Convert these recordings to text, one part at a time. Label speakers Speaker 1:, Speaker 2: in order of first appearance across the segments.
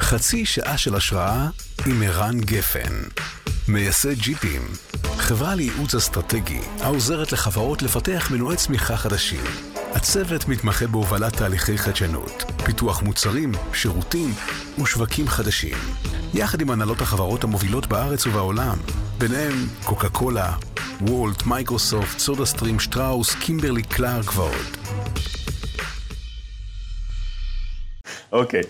Speaker 1: חצי שעה של השראה עם ערן גפן, מייסד ג'יפים, חברה לייעוץ אסטרטגי העוזרת לחברות לפתח מנועי צמיחה חדשים. הצוות מתמחה בהובלת תהליכי חדשנות, פיתוח מוצרים, שירותים ושווקים חדשים, יחד עם הנהלות החברות המובילות בארץ ובעולם, ביניהם קוקה קולה, וולט, מייקרוסופט, סודה סטרים, שטראוס, קימברלי קלארק ועוד.
Speaker 2: אוקיי.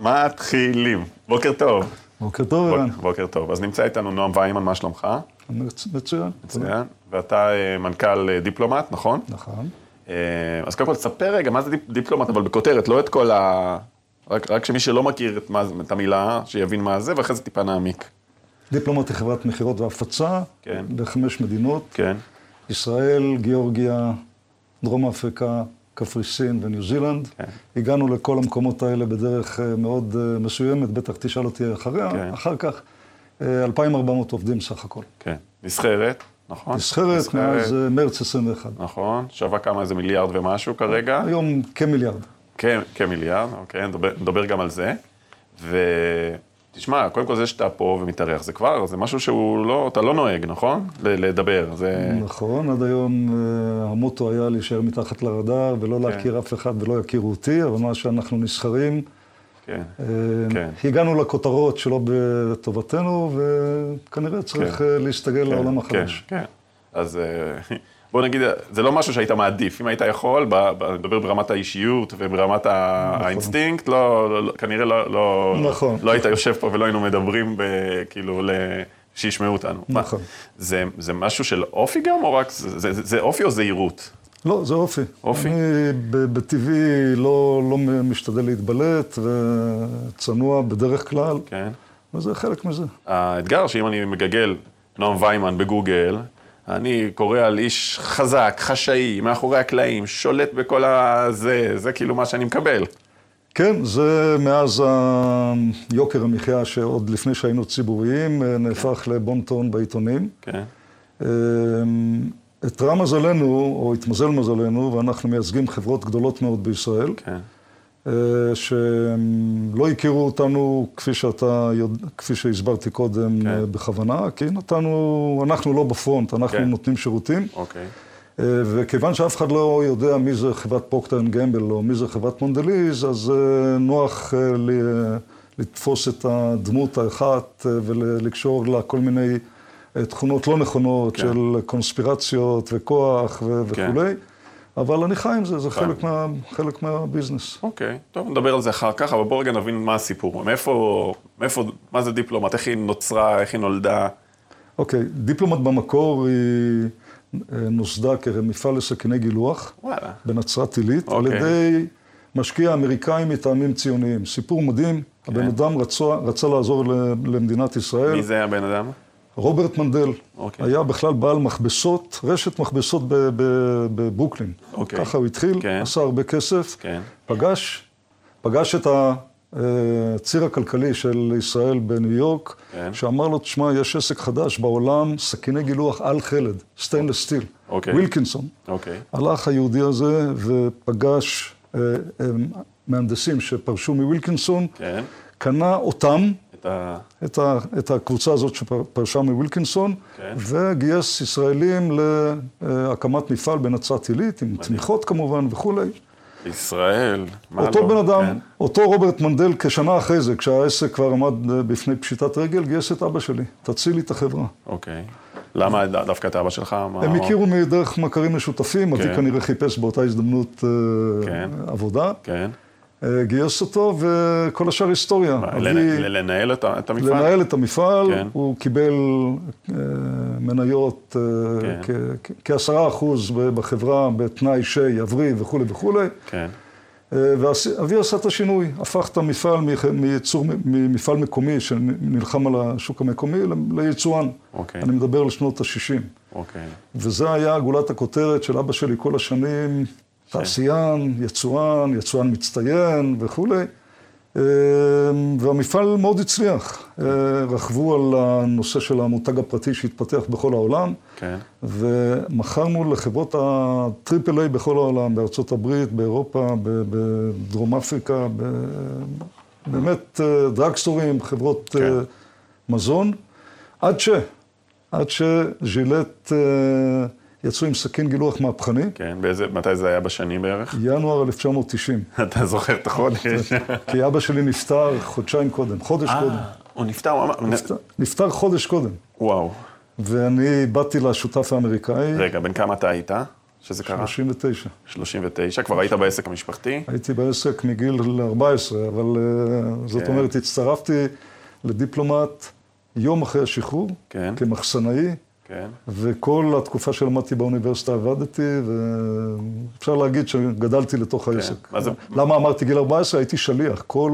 Speaker 2: מתחילים. בוקר טוב.
Speaker 3: בוקר טוב, ערן.
Speaker 2: בוק- בוקר טוב. אז נמצא איתנו נועם ויימן, מה שלומך?
Speaker 3: מצ- מצוין. תודה.
Speaker 2: מצוין. ואתה אה, מנכ"ל אה, דיפלומט, נכון?
Speaker 3: נכון.
Speaker 2: אה, אז קודם כל, תספר רגע מה זה דיפ- דיפלומט, אבל בכותרת, לא את כל ה... רק, רק שמי שלא מכיר את, מה, זה- את המילה, שיבין מה זה, ואחרי זה טיפה נעמיק.
Speaker 3: דיפלומט היא חברת מכירות והפצה
Speaker 2: כן.
Speaker 3: בחמש מדינות,
Speaker 2: כן,
Speaker 3: ישראל, גיאורגיה, דרום אפריקה, קפריסין וניו זילנד.
Speaker 2: כן.
Speaker 3: הגענו לכל המקומות האלה בדרך אה, מאוד אה, מסוימת, בטח תשאל אותי
Speaker 2: כן.
Speaker 3: אחריה, אחר כך. אה, 2,400 עובדים סך הכל.
Speaker 2: כן. נסחרת, נכון?
Speaker 3: נסחרת מאז אה, מרץ 21.
Speaker 2: נכון, שווה כמה, איזה מיליארד ומשהו כרגע.
Speaker 3: היום כמיליארד.
Speaker 2: כן, כמיליארד, אוקיי, נדבר, נדבר גם על זה. ותשמע, קודם כל זה שאתה פה ומתארח, זה כבר, זה משהו שהוא לא, אתה לא נוהג, נכון? ל- לדבר, זה...
Speaker 3: נכון, עד היום אה, המוטו היה להישאר מתחת לרדאר
Speaker 2: כן.
Speaker 3: ולא להכיר אף אחד ולא יכירו אותי, אבל מאז שאנחנו נסחרים,
Speaker 2: כן,
Speaker 3: אה,
Speaker 2: כן.
Speaker 3: הגענו לכותרות שלא בטובתנו, וכנראה צריך
Speaker 2: כן.
Speaker 3: אה, להסתגל לעולם
Speaker 2: כן,
Speaker 3: החדש.
Speaker 2: כן, כן. אז אה, בוא נגיד, זה לא משהו שהיית מעדיף. אם היית יכול, ב- ב- אני מדבר ברמת האישיות וברמת ה- האינסטינקט, לא, לא- לא- כנראה לא, לא,
Speaker 3: נכון.
Speaker 2: לא היית יושב פה ולא היינו מדברים, ב, כאילו, ל... שישמעו אותנו. מה,
Speaker 3: נכון.
Speaker 2: זה, זה משהו של אופי גם, או רק, זה, זה, זה אופי או זהירות?
Speaker 3: לא, זה אופי.
Speaker 2: כן. אופי?
Speaker 3: אני ב- בטבעי לא, לא משתדל להתבלט וצנוע בדרך כלל,
Speaker 2: כן.
Speaker 3: וזה חלק מזה.
Speaker 2: האתגר שאם אני מגגל נועם ויימן בגוגל, אני קורא על איש חזק, חשאי, מאחורי הקלעים, שולט בכל הזה, זה כאילו מה שאני מקבל.
Speaker 3: כן, זה מאז ה- יוקר המחיה שעוד לפני שהיינו ציבוריים, אה, נהפך לבון-טון בעיתונים.
Speaker 2: כן,
Speaker 3: אמ, איתרע מזלנו, או התמזל מזלנו, ואנחנו מייצגים חברות גדולות מאוד בישראל,
Speaker 2: כן,
Speaker 3: אה, שהם לא הכירו אותנו, כפי שאתה יודע, כפי שהסברתי קודם,
Speaker 2: כן.
Speaker 3: אה, בכוונה, כי נתנו, אנחנו לא בפרונט, אנחנו
Speaker 2: כן.
Speaker 3: נותנים שירותים,
Speaker 2: אוקיי.
Speaker 3: אה, וכיוון שאף אחד לא יודע מי זה חברת פרוקטר אנד גמבל, או מי זה חברת מונדליז, אז אה, נוח אה, ל- לתפוס את הדמות האחת אה, ולקשור לה כל מיני אה, תכונות לא נכונות
Speaker 2: כן.
Speaker 3: של קונספירציות וכוח ו-
Speaker 2: כן.
Speaker 3: וכולי, אבל אני חי עם זה, זה
Speaker 2: חי עם
Speaker 3: חלק, מה, חלק מהביזנס.
Speaker 2: אוקיי, טוב, נדבר על זה אחר כך, אבל בואו רגע נבין מה הסיפור. מאיפה, מאיפה, מה זה דיפלומט, איך היא נוצרה, איך היא נולדה.
Speaker 3: אוקיי, דיפלומט במקור היא אה, נוסדה כמפעל לסכיני גילוח.
Speaker 2: וואלה.
Speaker 3: בנצרת עילית, על
Speaker 2: אוקיי.
Speaker 3: ידי משקיע אמריקאי מטעמים ציוניים. סיפור מדהים, הבן אדם רצה, רצה לעזור ל- למדינת ישראל.
Speaker 2: כן. מי זה הבן אדם?
Speaker 3: רוברט מנדל
Speaker 2: אוקיי.
Speaker 3: היה בכלל בעל מכבסות, רשת מכבסות ב- ב- בברוקלין.
Speaker 2: אוקיי.
Speaker 3: ככה הוא התחיל,
Speaker 2: כן.
Speaker 3: עשה הרבה כסף,
Speaker 2: כן.
Speaker 3: פגש, פגש את הציר הכלכלי של ישראל בניו יורק,
Speaker 2: כן.
Speaker 3: שאמר לו, תשמע, יש עסק חדש בעולם, סכיני גילוח על חלד, סטיינלס סטיל,
Speaker 2: אוקיי.
Speaker 3: ווילקינסון.
Speaker 2: אוקיי,
Speaker 3: הלך היהודי הזה ופגש אה, אה, מהנדסים שפרשו מווילקינסון,
Speaker 2: כן.
Speaker 3: קנה אותם,
Speaker 2: את ה...
Speaker 3: את, ה, את הקבוצה הזאת שפרשה מווילקינסון,
Speaker 2: כן.
Speaker 3: וגייס ישראלים להקמת מפעל בנצרת עילית, עם תמיכות כמובן וכולי.
Speaker 2: ישראל. מה
Speaker 3: אותו
Speaker 2: לא?
Speaker 3: בן אדם,
Speaker 2: כן.
Speaker 3: אותו רוברט מנדל, כשנה אחרי זה, כשהעסק כבר עמד אה, בפני פשיטת רגל, גייס את אבא שלי, תציל לי את החברה.
Speaker 2: אוקיי. למה ד- דווקא את אבא שלך? מה-
Speaker 3: הם
Speaker 2: מה-
Speaker 3: הכירו מדרך מכרים משותפים,
Speaker 2: כן.
Speaker 3: אבי כנראה חיפש באותה הזדמנות אה,
Speaker 2: כן.
Speaker 3: עבודה.
Speaker 2: כן.
Speaker 3: אה, גייס אותו, וכל השאר היסטוריה.
Speaker 2: מה,
Speaker 3: אבי
Speaker 2: לנ- ל- לנהל את ה- את המפעל?
Speaker 3: לנהל את המפעל,
Speaker 2: כן.
Speaker 3: הוא קיבל אה, מניות אה,
Speaker 2: כן.
Speaker 3: כ- כ- כעשרה אחוז ב- בחברה, בתנאי שיבריא וכולי וכולי.
Speaker 2: כן,
Speaker 3: אה, ואבי עשה את השינוי, הפך את המפעל מח- מייצור, ממפעל מקומי שנלחם על השוק המקומי ל- ליצואן.
Speaker 2: אוקיי.
Speaker 3: אני מדבר על שנות ה-60.
Speaker 2: אוקיי.
Speaker 3: וזה היה גולת הכותרת של אבא שלי כל השנים, תעשיין, יצואן, יצואן מצטיין וכולי. אה, והמפעל מאוד הצליח. אה, רכבו על הנושא של המותג הפרטי שהתפתח בכל העולם,
Speaker 2: כן,
Speaker 3: ומכרנו לחברות הטריפל איי בכל העולם, בארצות הברית, באירופה, ב- בדרום אפריקה, ב- באמת דרגסטורים, חברות אה,
Speaker 2: כן.
Speaker 3: מזון, עד ש... עד שז'ילט אה, יצאו עם סכין גילוח מהפכני,
Speaker 2: כן, באיזה, מתי זה היה בשנים בערך?
Speaker 3: ינואר 1990.
Speaker 2: אתה זוכר את החודש?
Speaker 3: כי אבא שלי נפטר חודשיים קודם, חודש
Speaker 2: אה,
Speaker 3: קודם.
Speaker 2: הוא נפטר, הוא אמר...
Speaker 3: נפטר- נפטר חודש קודם.
Speaker 2: וואו.
Speaker 3: ואני באתי לשותף האמריקאי,
Speaker 2: רגע, בן כמה אתה היית? שזה קרה?
Speaker 3: 39.
Speaker 2: 39. כבר היית בעסק המשפחתי?
Speaker 3: הייתי בעסק מגיל 14, אבל אה, זאת
Speaker 2: כן.
Speaker 3: אומרת, הצטרפתי לדיפלומט יום אחרי השחרור,
Speaker 2: כן.
Speaker 3: כמחסנאי,
Speaker 2: כן.
Speaker 3: וכל התקופה שלמדתי באוניברסיטה עבדתי, ואפשר להגיד שגדלתי לתוך העסק.
Speaker 2: כן. מה זה-
Speaker 3: למה אמרתי גיל 14? הייתי שליח. כל,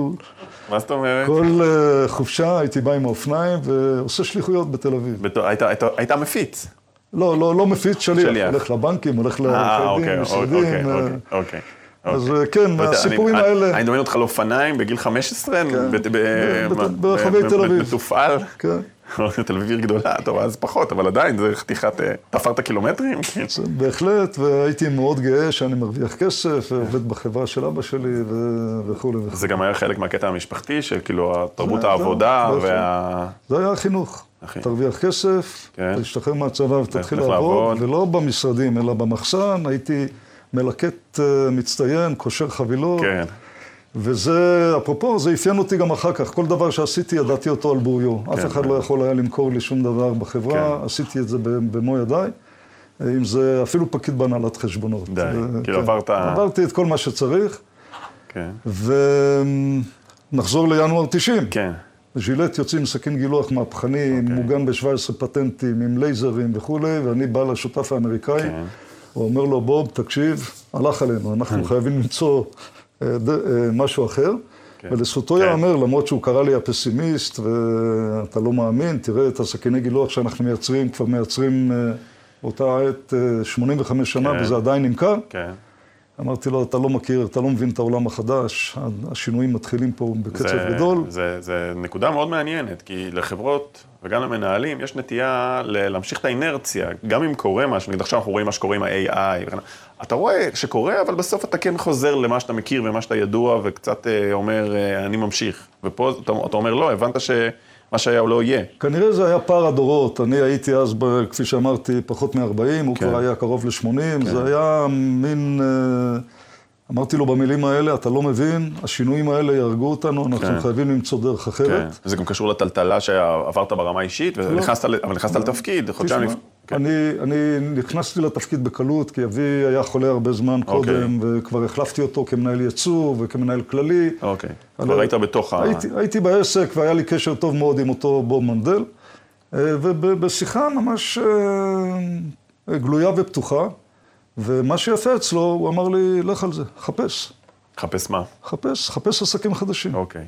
Speaker 2: מה זאת אומרת?
Speaker 3: כל אה, חופשה הייתי בא עם האופניים ועושה שליחויות בתל אביב.
Speaker 2: בתור- היית- היית- היית מפיץ.
Speaker 3: לא, לא, לא מפיץ שליח.
Speaker 2: שליח.
Speaker 3: הולך לבנקים, הולך
Speaker 2: אה,
Speaker 3: לעורכי
Speaker 2: אוקיי, אוקיי,
Speaker 3: דין, משרדים. אה,
Speaker 2: אוקיי, אוקיי.
Speaker 3: אז
Speaker 2: אוקיי.
Speaker 3: אה, כן,
Speaker 2: אתה יודע,
Speaker 3: הסיפורים
Speaker 2: אני-
Speaker 3: האלה... כן.
Speaker 2: אני מדמיין אותך לאופניים בגיל 15? בת- ב-
Speaker 3: ב-
Speaker 2: מה-
Speaker 3: ברחבי
Speaker 2: ב-
Speaker 3: תל
Speaker 2: ב-
Speaker 3: אביב.
Speaker 2: מתופעל?
Speaker 3: כן.
Speaker 2: תל אביב עיר גדולה, טוב, אז פחות, אבל עדיין, זה חתיכת... אה, תפרת קילומטרים? כן.
Speaker 3: זה בהחלט, והייתי מאוד גאה שאני מרוויח כסף, ועובד בחברה של אבא שלי ו- וכולי וכולי.
Speaker 2: זה גם היה חלק מהקטע המשפחתי, של כאילו תרבות
Speaker 3: זה-
Speaker 2: העבודה
Speaker 3: זה-
Speaker 2: וה...
Speaker 3: זה היה החינוך.
Speaker 2: אחי.
Speaker 3: תרוויח כסף,
Speaker 2: כן.
Speaker 3: תשתחרר מהצבא ותתחיל
Speaker 2: תלך
Speaker 3: לעבוד,
Speaker 2: לעבוד.
Speaker 3: ולא במשרדים, אלא במחסן, הייתי מלקט אה, מצטיין, קושר חבילות,
Speaker 2: כן.
Speaker 3: וזה, אפרופו, זה אפיין אותי גם אחר כך. כל דבר שעשיתי, ידעתי אותו על בוריו. אף
Speaker 2: כן,
Speaker 3: אחד
Speaker 2: כן.
Speaker 3: לא יכול היה למכור לי שום דבר בחברה,
Speaker 2: כן.
Speaker 3: עשיתי את זה ב- במו ידיי. אם זה אפילו פקיד בהנהלת חשבונות.
Speaker 2: די,
Speaker 3: אה,
Speaker 2: כאילו
Speaker 3: כן.
Speaker 2: עברת-
Speaker 3: עברתי את כל מה שצריך,
Speaker 2: כן.
Speaker 3: ונחזור לינואר 90.
Speaker 2: כן. אוקיי.
Speaker 3: ז'ילט יוצאים עם סכין גילוח מהפכני, okay. מוגן ב-17 פטנטים, עם לייזרים וכולי, ואני בא לשותף האמריקאי,
Speaker 2: כן.
Speaker 3: הוא אומר לו, בוב, תקשיב, הלך עלינו, אנחנו חייבים למצוא אה, ד- אה, משהו אחר.
Speaker 2: כן.
Speaker 3: ולזכותו
Speaker 2: כן.
Speaker 3: ייאמר, למרות שהוא קרא לי הפסימיסט, ואתה לא מאמין, תראה את הסכיני גילוח שאנחנו מייצרים, כבר מייצרים אה, באותה עת אה, 85 שנה,
Speaker 2: כן.
Speaker 3: וזה עדיין נמכר.
Speaker 2: כן.
Speaker 3: אמרתי לו, אתה לא מכיר, אתה לא מבין את העולם החדש, השינויים מתחילים פה בקצב
Speaker 2: זה-
Speaker 3: גדול.
Speaker 2: זה, זה נקודה מאוד מעניינת, כי לחברות וגם למנהלים יש נטייה ל- להמשיך את האינרציה, גם אם קורה משהו, נגיד עכשיו אנחנו רואים מה שקורה עם ה-AI, וכן הלאה. אתה רואה שקורה, אבל בסוף אתה כן חוזר למה שאתה מכיר ומה שאתה ידוע, וקצת אה, אומר, אה, אני ממשיך. ופה אתה, אתה אומר, לא, הבנת שמה שהיה הוא לא יהיה.
Speaker 3: כנראה זה היה פער הדורות. אני הייתי אז, ב, כפי שאמרתי, פחות מ-40, הוא
Speaker 2: כן.
Speaker 3: כבר היה קרוב ל-80. זה היה מין... אה, אמרתי לו במילים האלה, אתה לא מבין, השינויים האלה יהרגו אותנו, אנחנו
Speaker 2: כן.
Speaker 3: חייבים למצוא דרך אחרת.
Speaker 2: זה כן. גם קשור לטלטלה שעברת ברמה האישית, ונכנסת ל- אבל נכנסת לתפקיד, חודשיים
Speaker 3: לא. תשמע,
Speaker 2: לפני... כן.
Speaker 3: אני, אני נכנסתי לתפקיד בקלות, כי אבי היה חולה הרבה זמן
Speaker 2: אוקיי.
Speaker 3: קודם, וכבר החלפתי אותו כמנהל ייצוא וכמנהל כללי.
Speaker 2: אוקיי.
Speaker 3: אני-
Speaker 2: כבר היית בתוך ה...
Speaker 3: הייתי, הייתי בעסק והיה לי קשר טוב מאוד עם אותו בוב מנדל, אה, ובשיחה ממש אה, גלויה ופתוחה, ומה שיפה אצלו, הוא אמר לי, לך על זה, חפש,
Speaker 2: חפש מה.
Speaker 3: חפש, חפש עסקים חדשים.
Speaker 2: אוקיי.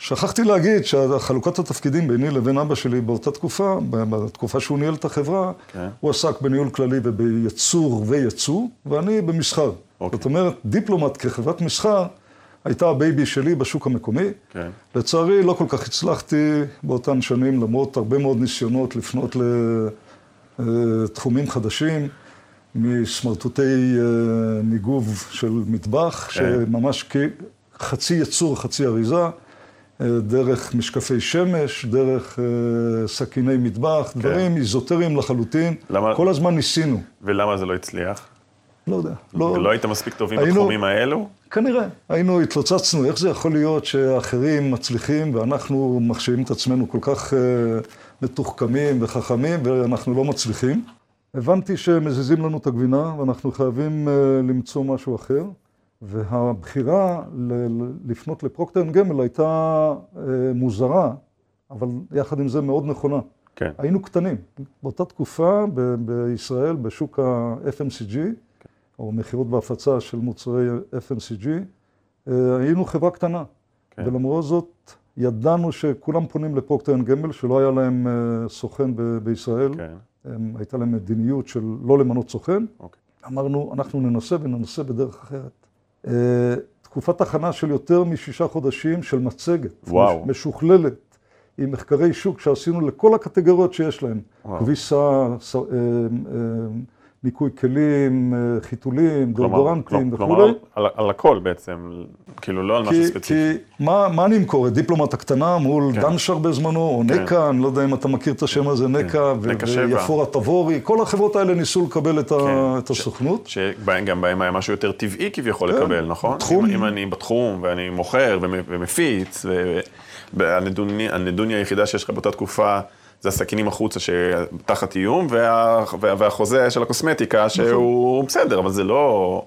Speaker 3: שכחתי להגיד שחלוקת התפקידים ביני לבין אבא שלי באותה תקופה, ב- בתקופה שהוא ניהל את החברה,
Speaker 2: כן.
Speaker 3: הוא עסק בניהול כללי ובייצור וייצוא, ואני במסחר.
Speaker 2: אוקיי.
Speaker 3: זאת אומרת, דיפלומט כחברת מסחר הייתה הבייבי שלי בשוק המקומי.
Speaker 2: כן.
Speaker 3: לצערי, לא כל כך הצלחתי באותן שנים, למרות הרבה מאוד ניסיונות לפנות לתחומים חדשים, מסמרטוטי אה, ניגוב של מטבח,
Speaker 2: כן.
Speaker 3: שממש כחצי יצור, חצי אריזה, אה, דרך משקפי שמש, דרך אה, סכיני מטבח, דברים איזוטריים לחלוטין.
Speaker 2: כן. למה-
Speaker 3: כל הזמן ניסינו,
Speaker 2: ולמה זה לא הצליח?
Speaker 3: לא יודע.
Speaker 2: לא היית מספיק טובים
Speaker 3: היינו-
Speaker 2: בתחומים האלו?
Speaker 3: כנראה. היינו, התלוצצנו, איך זה יכול להיות שאחרים מצליחים ואנחנו מחשיבים את עצמנו כל כך אה, מתוחכמים וחכמים ואנחנו לא מצליחים. הבנתי שמזיזים לנו את הגבינה ואנחנו חייבים אה, למצוא משהו אחר, והבחירה ל- ל- לפנות לפרוקטר אנד גמל הייתה אה, מוזרה, אבל יחד עם זה מאוד נכונה.
Speaker 2: כן.
Speaker 3: היינו קטנים. באותה תקופה ב- בישראל, בשוק ה-FMCG,
Speaker 2: כן.
Speaker 3: או מכירות והפצה של מוצרי FMCG, אה, היינו חברה קטנה.
Speaker 2: כן.
Speaker 3: ולמרות זאת, ידענו שכולם פונים לפרוקטר אנד גמל, שלא היה להם אה, סוכן ב- בישראל.
Speaker 2: כן.
Speaker 3: הם, אמ, הייתה להם מדיניות של לא למנות סוכן.
Speaker 2: אוקיי.
Speaker 3: אמרנו, אנחנו ננסה וננסה בדרך אחרת. אה, תקופת הכנה של יותר משישה חודשים של מצגת.
Speaker 2: וואו.
Speaker 3: מש- משוכללת, עם
Speaker 2: אה.
Speaker 3: מחקרי שוק שעשינו לכל הקטגוריות שיש להם.
Speaker 2: וואו.
Speaker 3: כביסה, ס- אה, אה, ניקוי כלים, אה, חיתולים, דאודורנטים
Speaker 2: כל- כלומר,
Speaker 3: וכולי.
Speaker 2: על, על הכל בעצם, כאילו לא על משהו
Speaker 3: כי,
Speaker 2: ספציפי.
Speaker 3: כי מה, מה אני אמכור? את דיפלומט הקטנה מול כן. דנשר בזמנו, או
Speaker 2: כן.
Speaker 3: נקה, אני לא יודע אם אתה מכיר את השם הזה, נקה, ו-
Speaker 2: נקה שבע.
Speaker 3: ויפורה תבורי, כל החברות האלה ניסו לקבל את, ה-
Speaker 2: כן.
Speaker 3: את הסוכנות.
Speaker 2: שגם בהם היה משהו יותר טבעי כביכול לקבל, נכון?
Speaker 3: תחום.
Speaker 2: אם, אם אני בתחום ואני מוכר ומ- ומפיץ, ו- והנדוני- הנדוניה היחידה שיש לך באותה תקופה זה הסכינים החוצה שתחת איום, וה, וה, והחוזה של הקוסמטיקה שהוא בסדר, אבל זה לא,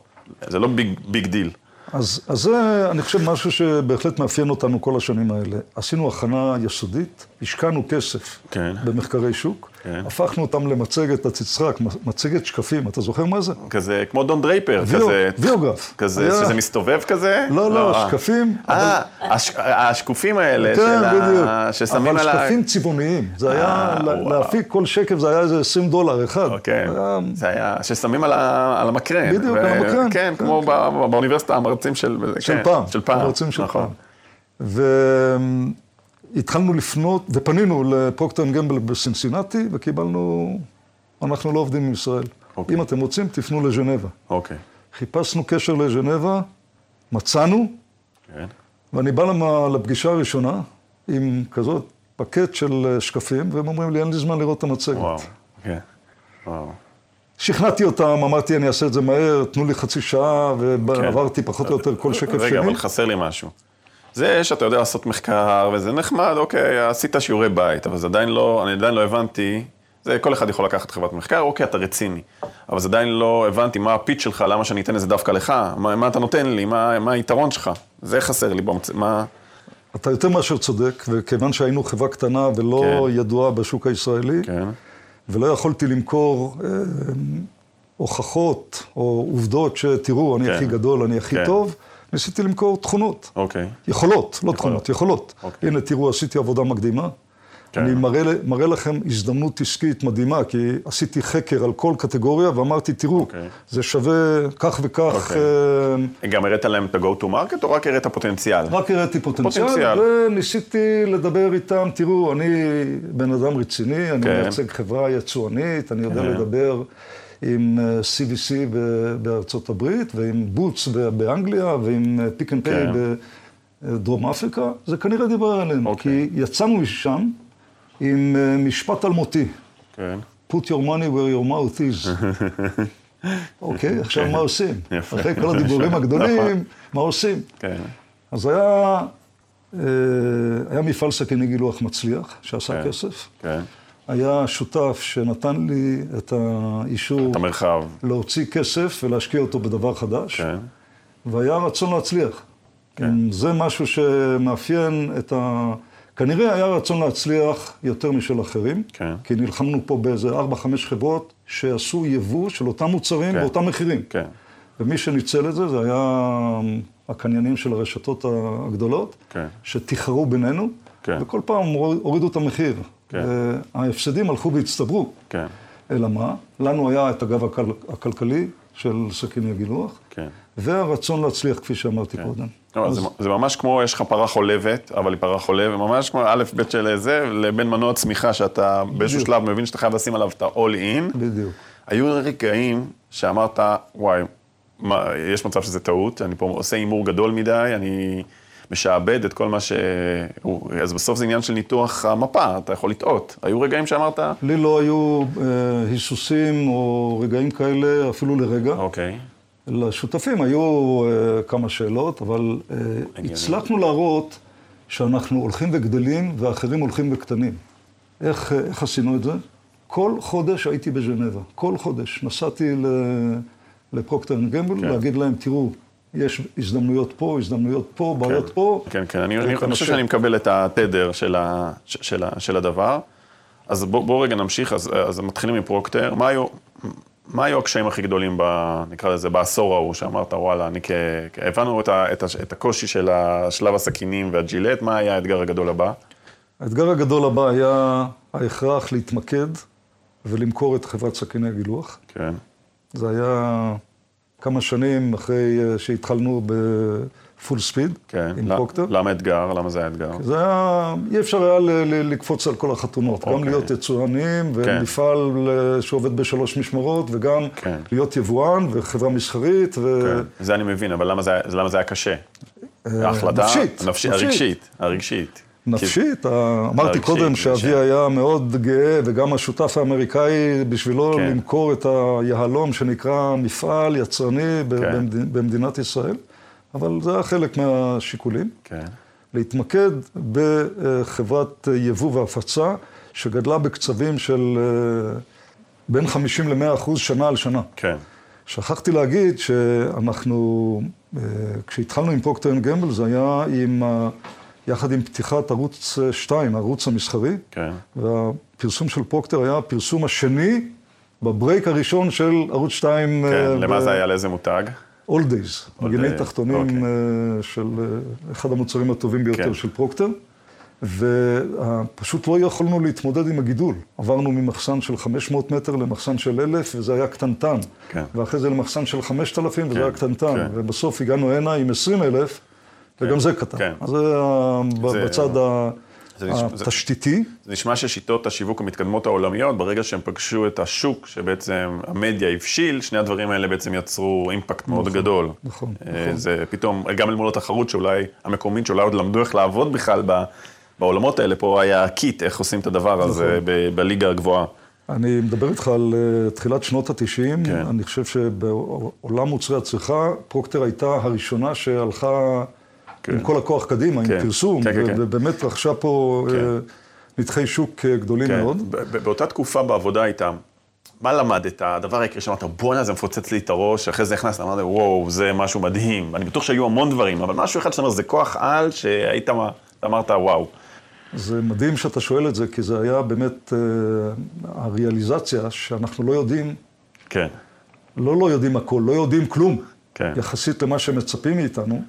Speaker 2: זה לא ביג, ביג דיל.
Speaker 3: אז, אז זה, אני חושב, משהו שבהחלט מאפיין אותנו כל השנים האלה. עשינו הכנה יסודית, השקענו כסף
Speaker 2: כן.
Speaker 3: במחקרי שוק,
Speaker 2: כן.
Speaker 3: הפכנו אותם למצגת הצצרק, מ- מצגת שקפים, אתה זוכר מה זה?
Speaker 2: כזה כמו דון דרייפר,
Speaker 3: ויו-
Speaker 2: כזה,
Speaker 3: ויוגרף.
Speaker 2: כזה,
Speaker 3: היה-
Speaker 2: שזה מסתובב כזה?
Speaker 3: לא, לא,
Speaker 2: אה.
Speaker 3: שקפים,
Speaker 2: אה, הש- השקופים האלה, של
Speaker 3: כן, בדיוק.
Speaker 2: ה... ששמים
Speaker 3: אבל
Speaker 2: על ה... אה,
Speaker 3: שקפים צבעוניים. זה היה, לה-
Speaker 2: וואו.
Speaker 3: להפיק כל שקף זה היה איזה 20 דולר אחד.
Speaker 2: כן,
Speaker 3: היה-
Speaker 2: זה היה, ששמים על, ה, על המקרן.
Speaker 3: אה. בדיוק, על המקרן.
Speaker 2: כן, כמו בא- באוניברסיטה המרצים של...
Speaker 3: של
Speaker 2: כן,
Speaker 3: פעם.
Speaker 2: של פעם,
Speaker 3: המרצים של
Speaker 2: נכון.
Speaker 3: פעם. והתחלנו לפנות, ופנינו לפרוקטר אנד גמבל בסינסינטי, וקיבלנו, אנחנו לא עובדים עם ישראל.
Speaker 2: אוקיי.
Speaker 3: אם אתם רוצים, תפנו לז'נבה.
Speaker 2: אוקיי,
Speaker 3: חיפשנו קשר לז'נבה, מצאנו,
Speaker 2: כן,
Speaker 3: ואני בא למה, לפגישה הראשונה עם כזאת פקט של אה, שקפים, והם אומרים לי, אין לי זמן לראות את המצגת.
Speaker 2: וואו, כן, וואו,
Speaker 3: שכנעתי אותם, אמרתי, אני אעשה את זה מהר, תנו לי חצי שעה, ועברתי פחות או יותר כל שקף
Speaker 2: כן. רגע,
Speaker 3: שני.
Speaker 2: אבל חסר לי משהו. זה שאתה יודע לעשות מחקר וזה נחמד, אוקיי, עשית שיעורי בית, אבל זה עדיין לא, אני עדיין לא הבנתי, זה כל אחד יכול לקחת חברת מחקר, אוקיי, אתה רציני, אבל זה עדיין לא הבנתי מה הפיץ שלך, למה שאני אתן את זה דווקא לך, מה, מה אתה נותן לי, מה, מה היתרון שלך, זה חסר לי, במצ... מה,
Speaker 3: אתה יותר מאשר צודק, וכיוון שהיינו חברה קטנה ולא
Speaker 2: כן.
Speaker 3: ידועה בשוק הישראלי,
Speaker 2: כן,
Speaker 3: ולא יכולתי למכור אה, הוכחות או עובדות שתראו, אני
Speaker 2: כן.
Speaker 3: הכי גדול, אני הכי
Speaker 2: כן.
Speaker 3: טוב, ניסיתי למכור תכונות.
Speaker 2: אוקיי.
Speaker 3: יכולות, לא תכונות, יכולות.
Speaker 2: אוקיי.
Speaker 3: הנה, תראו, עשיתי עבודה מקדימה.
Speaker 2: כן.
Speaker 3: אני מראה, ל- מראה לכם הזדמנות עסקית מדהימה, כי עשיתי חקר על כל קטגוריה ואמרתי, תראו,
Speaker 2: אוקיי.
Speaker 3: זה שווה כך וכך,
Speaker 2: אוקיי.
Speaker 3: אה,
Speaker 2: גם הראת להם את ה-go to market או רק הראת פוטנציאל?
Speaker 3: רק הראיתי פוטנציאל,
Speaker 2: פוטנציאל.
Speaker 3: וניסיתי לדבר איתם, תראו, אני בן אדם רציני, אני
Speaker 2: כן.
Speaker 3: מייצג חברה יצואנית, אני יודע
Speaker 2: כן.
Speaker 3: לדבר עם אה, CVC ב- בארצות הברית, ועם בוטס ב- באנגליה, ועם אה, פיק אנד פיי
Speaker 2: כן.
Speaker 3: בדרום אה, אפריקה, זה כנראה דיבר עלינו,
Speaker 2: אוקיי.
Speaker 3: כי יצאנו משם עם אה, משפט אלמותי,
Speaker 2: כן.
Speaker 3: put your money where your mouth is. אוקיי, עכשיו מה עושים?
Speaker 2: יפה. נכון.
Speaker 3: אחרי כל הדיבורים הגדולים, מה עושים?
Speaker 2: כן.
Speaker 3: אז היה, אה, היה מפעל סכיני גילוח מצליח, שעשה
Speaker 2: כן.
Speaker 3: כסף.
Speaker 2: כן.
Speaker 3: היה שותף שנתן לי את האישור
Speaker 2: את המרחב.
Speaker 3: להוציא כסף ולהשקיע אותו בדבר חדש,
Speaker 2: כן.
Speaker 3: והיה רצון להצליח. כן. זה משהו שמאפיין את ה... כנראה היה רצון להצליח יותר משל אחרים,
Speaker 2: כן.
Speaker 3: כי נלחמנו פה באיזה 4-5 חברות שעשו יבוא של אותם מוצרים
Speaker 2: כן.
Speaker 3: באותם מחירים.
Speaker 2: כן.
Speaker 3: ומי שניצל את זה, זה היה אמ, הקניינים של הרשתות הגדולות,
Speaker 2: כן.
Speaker 3: שתיחרו בינינו,
Speaker 2: כן.
Speaker 3: וכל פעם הוריד- הורידו את המחיר.
Speaker 2: כן.
Speaker 3: ההפסדים הלכו והצטברו.
Speaker 2: כן.
Speaker 3: אלא מה? לנו היה את הגב הכל, הכלכלי של סכיני הגילוח,
Speaker 2: כן.
Speaker 3: והרצון להצליח, כפי שאמרתי כן. קודם.
Speaker 2: לא, זה- זה ממש כמו, יש לך פרה חולבת, אבל היא פרה חולבת, ממש כמו א' ב' של זה, לבין מנוע צמיחה שאתה באיזשהו
Speaker 3: בדיוק.
Speaker 2: שלב מבין שאתה חייב לשים עליו את ה-all in.
Speaker 3: בדיוק.
Speaker 2: היו רגעים שאמרת, וואי, מה, יש מצב שזה טעות, אני פה עושה הימור גדול מדי, אני משעבד את כל מה ש... אז בסוף זה עניין של ניתוח המפה, אתה יכול לטעות. היו רגעים שאמרת,
Speaker 3: לי לא היו אה, היסוסים או רגעים כאלה, אפילו לרגע.
Speaker 2: אוקיי,
Speaker 3: לשותפים היו אה, כמה שאלות, אבל אה, הצלחנו להראות שאנחנו הולכים וגדלים ואחרים הולכים וקטנים. איך, אה, איך עשינו את זה? כל חודש הייתי בז'נבה, כל חודש. נסעתי ל- לפרוקטר אנד גמבל
Speaker 2: כן.
Speaker 3: להגיד להם, תראו, יש הזדמנויות פה, הזדמנויות פה, בעיות פה.
Speaker 2: כן, כן, אני, אני, אני
Speaker 3: תנסה."
Speaker 2: חושב שאני מקבל את התדר של, ה, ש- של, ה, של הדבר. אז בואו בוא רגע נמשיך, אז, אז מתחילים עם פרוקטר. מה היו, מה היו הקשיים הכי גדולים, ב, נקרא לזה, בעשור ההוא, שאמרת, וואלה, אני כ... כ- הבנו את, ה, את, ה, את הקושי של השלב הסכינים והג'ילט, מה היה האתגר הגדול הבא?
Speaker 3: האתגר הגדול הבא היה ההכרח להתמקד ולמכור את חברת סכיני הגילוח.
Speaker 2: כן,
Speaker 3: זה היה כמה שנים אחרי אה, שהתחלנו פול ספיד,
Speaker 2: כן.
Speaker 3: עם
Speaker 2: ל-
Speaker 3: קוקטר.
Speaker 2: למה אתגר? למה זה היה אתגר?
Speaker 3: זה היה, אי אפשר היה ל- ל- לקפוץ על כל החתונות, גם
Speaker 2: אוקיי.
Speaker 3: להיות יצואנים,
Speaker 2: כן.
Speaker 3: ומפעל ל- שעובד בשלוש משמרות, וגם
Speaker 2: כן.
Speaker 3: להיות יבואן וחברה מסחרית, ו...
Speaker 2: כן, זה אני מבין, אבל למה זה היה- למה זה היה קשה?
Speaker 3: אה,
Speaker 2: ההחלטה...
Speaker 3: נפשית,
Speaker 2: נפשית. הרגשית, הרגשית.
Speaker 3: נפשית, ה- אמרתי
Speaker 2: הרגשית,
Speaker 3: קודם שאבי
Speaker 2: הרגשית.
Speaker 3: היה מאוד גאה, וגם השותף האמריקאי בשבילו
Speaker 2: כן.
Speaker 3: למכור את היהלום שנקרא מפעל יצרני ב-
Speaker 2: כן.
Speaker 3: במד- במדינת ישראל, אבל זה היה חלק מהשיקולים.
Speaker 2: כן.
Speaker 3: להתמקד בחברת יבוא והפצה, שגדלה בקצבים של אה, בין 50 ל-100 אחוז שנה על שנה.
Speaker 2: כן.
Speaker 3: שכחתי להגיד שאנחנו, אה, כשהתחלנו עם פרוקטר אנד גמבל, זה היה עם, ה- יחד עם פתיחת ערוץ 2, הערוץ המסחרי,
Speaker 2: כן.
Speaker 3: אה, והפרסום של פרוקטר היה הפרסום השני בברייק הראשון של ערוץ אה, 2.
Speaker 2: כן, למה זה היה? לאיזה מותג?
Speaker 3: All Days,
Speaker 2: All
Speaker 3: מגיני
Speaker 2: Days,
Speaker 3: תחתונים
Speaker 2: אוקיי.
Speaker 3: אה, של אה, אחד המוצרים הטובים ביותר
Speaker 2: כן.
Speaker 3: של פרוקטר. ופשוט לא יכולנו להתמודד עם הגידול. עברנו ממחסן של 500 מטר למחסן של 1,000, וזה היה קטנטן.
Speaker 2: כן.
Speaker 3: ואחרי זה למחסן של 5,000, וזה
Speaker 2: כן,
Speaker 3: היה קטנטן.
Speaker 2: כן.
Speaker 3: ובסוף הגענו הנה עם 20,000, וגם זה קטן.
Speaker 2: כן.
Speaker 3: אז זה ה- ב-
Speaker 2: זה-
Speaker 3: בצד ה-
Speaker 2: זה- זה-
Speaker 3: התשתיתי.
Speaker 2: זה נשמע ששיטות השיווק המתקדמות העולמיות, ברגע שהם פגשו את השוק שבעצם המדיה הבשיל, שני הדברים האלה בעצם יצרו אימפקט מאוד גדול.
Speaker 3: נכון,
Speaker 2: אה,
Speaker 3: נכון.
Speaker 2: זה פתאום, גם אל מול התחרות שאולי, המקומית, שאולי עוד למדו איך לעבוד בכלל ב- בעולמות האלה, פה היה קיט, איך עושים את הדבר הזה
Speaker 3: נכון.
Speaker 2: ב- בליגה הגבוהה.
Speaker 3: אני מדבר איתך על אה, תחילת שנות ה-90.
Speaker 2: כן.
Speaker 3: אני חושב שבעולם מוצרי הצריכה, פרוקטר הייתה הראשונה שהלכה
Speaker 2: כן.
Speaker 3: עם כל הכוח קדימה,
Speaker 2: כן.
Speaker 3: עם פרסום,
Speaker 2: כן, כן,
Speaker 3: ו-
Speaker 2: כן.
Speaker 3: ובאמת רכשה פה
Speaker 2: כן.
Speaker 3: אה, נתחי שוק אה, גדולים מאוד.
Speaker 2: ב- ב- באותה תקופה בעבודה איתם, מה למדת? הדבר העיקרי שאמרת, בואנה, זה מפוצץ לי את הראש, אחרי זה הכנסת, אמרת, וואו, זה משהו מדהים. אני בטוח שהיו המון דברים, אבל משהו אחד שאתה אומר, זה כוח על, שהיית, מה- אתה אמרת, וואו.
Speaker 3: זה מדהים שאתה שואל את זה, כי זה היה באמת אה, הריאליזציה שאנחנו לא יודעים,
Speaker 2: כן,
Speaker 3: לא לא יודעים הכל, לא יודעים כלום,
Speaker 2: כן.
Speaker 3: יחסית למה שמצפים מאיתנו.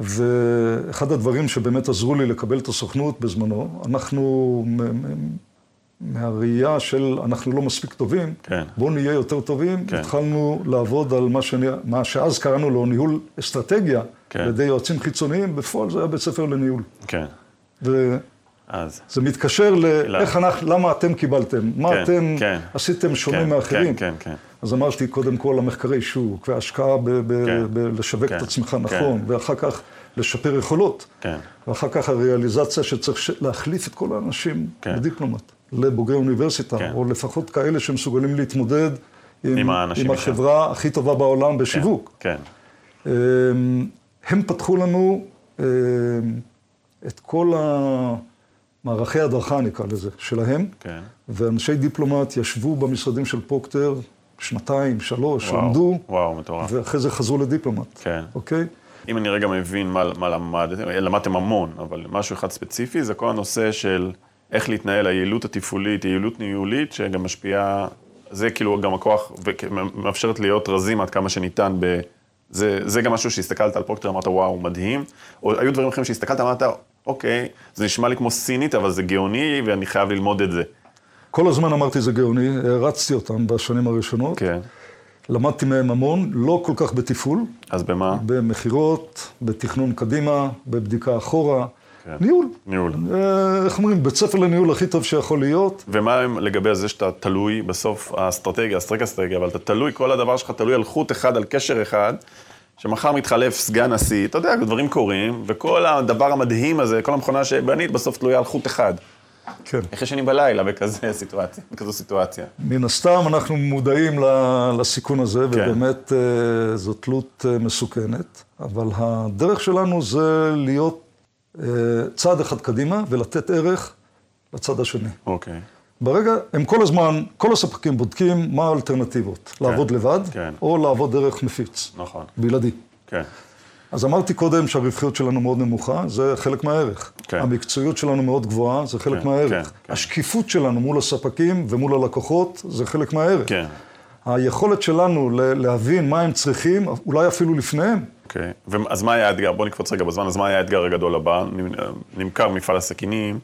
Speaker 3: ואחד הדברים שבאמת עזרו לי לקבל את הסוכנות בזמנו, אנחנו, מ- מ- מהראייה של אנחנו לא מספיק טובים,
Speaker 2: כן.
Speaker 3: בואו נהיה יותר טובים,
Speaker 2: כן.
Speaker 3: התחלנו לעבוד על מה, שאני, מה שאז קראנו לו ניהול אסטרטגיה,
Speaker 2: כן.
Speaker 3: על ידי יועצים חיצוניים, בפועל זה היה בית ספר לניהול.
Speaker 2: כן.
Speaker 3: וזה
Speaker 2: אז,
Speaker 3: מתקשר
Speaker 2: אליי.
Speaker 3: לאיך אנחנו, למה אתם קיבלתם, מה
Speaker 2: כן,
Speaker 3: אתם
Speaker 2: כן.
Speaker 3: עשיתם שונה
Speaker 2: כן,
Speaker 3: מאחרים.
Speaker 2: כן, כן, כן.
Speaker 3: אז אמרתי, קודם כל, המחקרי שוק, וההשקעה
Speaker 2: כן.
Speaker 3: בלשווק את
Speaker 2: כן.
Speaker 3: עצמך
Speaker 2: כן.
Speaker 3: נכון, ואחר כך לשפר יכולות.
Speaker 2: כן.
Speaker 3: ואחר כך הריאליזציה שצריך ש- להחליף את כל האנשים
Speaker 2: כן.
Speaker 3: בדיפלומט, לבוגרי אוניברסיטה,
Speaker 2: כן.
Speaker 3: או לפחות כאלה שמסוגלים להתמודד עם,
Speaker 2: עם האנשים
Speaker 3: עם
Speaker 2: שם.
Speaker 3: החברה הכי טובה בעולם
Speaker 2: כן,
Speaker 3: בשיווק.
Speaker 2: כן,
Speaker 3: אמ, הם פתחו לנו אמ, את כל המערכי הדרכה, נקרא לזה, שלהם,
Speaker 2: כן.
Speaker 3: ואנשי דיפלומט ישבו במשרדים של פרוקטר שנתיים, שלוש,
Speaker 2: וואו,
Speaker 3: למדו,
Speaker 2: וואו, מטורף.
Speaker 3: ואחרי זה חזרו לדיפלומט,
Speaker 2: כן.
Speaker 3: אוקיי?
Speaker 2: אם אני רגע מבין מה, מה למדתם, אה, למדתם המון, אבל משהו אחד ספציפי, זה כל הנושא של איך להתנהל, היעילות התפעולית, יעילות ניהולית, שגם משפיעה, זה כאילו גם הכוח, ומאפשרת להיות רזים עד כמה שניתן ב... זה, זה גם משהו שהסתכלת על פרוקטר, אמרת, וואו, מדהים. או היו דברים אחרים שהסתכלת, אמרת, אוקיי, זה נשמע לי כמו סינית, אבל זה גאוני, ואני חייב ללמוד את זה.
Speaker 3: כל הזמן אמרתי זה גאוני, הרצתי אותם בשנים הראשונות,
Speaker 2: כן.
Speaker 3: למדתי מהם המון, לא כל כך בתפעול,
Speaker 2: אז במה?
Speaker 3: במכירות, בתכנון קדימה, בבדיקה אחורה,
Speaker 2: כן.
Speaker 3: ניהול.
Speaker 2: ניהול.
Speaker 3: אה, איך אומרים, בית ספר לניהול הכי טוב שיכול להיות.
Speaker 2: ומה הם לגבי זה שאתה תלוי בסוף האסטרטגיה, אסטרטגיה, אסטרטגיה, אבל אתה תלוי, כל הדבר שלך תלוי על חוט אחד, על קשר אחד, שמחר מתחלף סגן נשיא, אתה יודע, דברים קורים, וכל הדבר המדהים הזה, כל המכונה שבנית, בסוף תלויה על חוט אחד.
Speaker 3: כן.
Speaker 2: איך ישנים בלילה בכזה סיטואציה, בכזו סיטואציה?
Speaker 3: מן הסתם אנחנו מודעים ל- לסיכון הזה,
Speaker 2: כן.
Speaker 3: ובאמת אה, זו תלות אה, מסוכנת, אבל הדרך שלנו זה להיות אה, צעד אחד קדימה ולתת ערך לצד השני.
Speaker 2: אוקיי.
Speaker 3: ברגע, הם כל הזמן, כל הספקים בודקים מה האלטרנטיבות, לעבוד לבד,
Speaker 2: כן.
Speaker 3: או לעבוד דרך מפיץ,
Speaker 2: נכון.
Speaker 3: בלעדי.
Speaker 2: כן,
Speaker 3: אז אמרתי קודם שהרווחיות שלנו מאוד נמוכה, זה חלק מהערך.
Speaker 2: כן.
Speaker 3: המקצועיות שלנו מאוד גבוהה, זה חלק
Speaker 2: כן,
Speaker 3: מהערך.
Speaker 2: כן, כן.
Speaker 3: השקיפות שלנו מול הספקים ומול הלקוחות, זה חלק מהערך.
Speaker 2: כן.
Speaker 3: היכולת שלנו ל- להבין מה הם צריכים, אולי אפילו לפניהם,
Speaker 2: אוקיי. אה, אז מה היה האתגר? בוא נקפוץ רגע בזמן, אז מה היה האתגר הגדול הבא? נמכר מפעל הסכינים,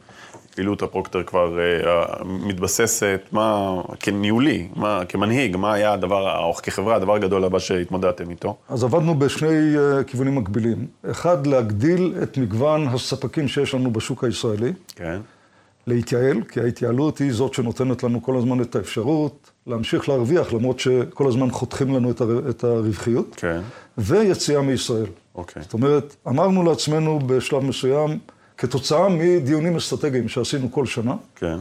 Speaker 2: פעילות הפרוקטר כבר אה, מתבססת, מה כניהולי, מה, כמנהיג, מה היה הדבר, או כחברה, הדבר הגדול הבא שהתמודדתם איתו?
Speaker 3: אז עבדנו בשני אה, כיוונים מקבילים. אחד, להגדיל את מגוון הספקים שיש לנו בשוק הישראלי,
Speaker 2: כן.
Speaker 3: להתייעל, כי ההתייעלות היא זאת שנותנת לנו כל הזמן את האפשרות להמשיך להרוויח, למרות שכל הזמן חותכים לנו את הר- את הרווחיות,
Speaker 2: כן,
Speaker 3: ויציאה מישראל.
Speaker 2: אוקיי.
Speaker 3: זאת אומרת, אמרנו לעצמנו בשלב מסוים, כתוצאה מדיונים אסטרטגיים שעשינו כל שנה,
Speaker 2: כן,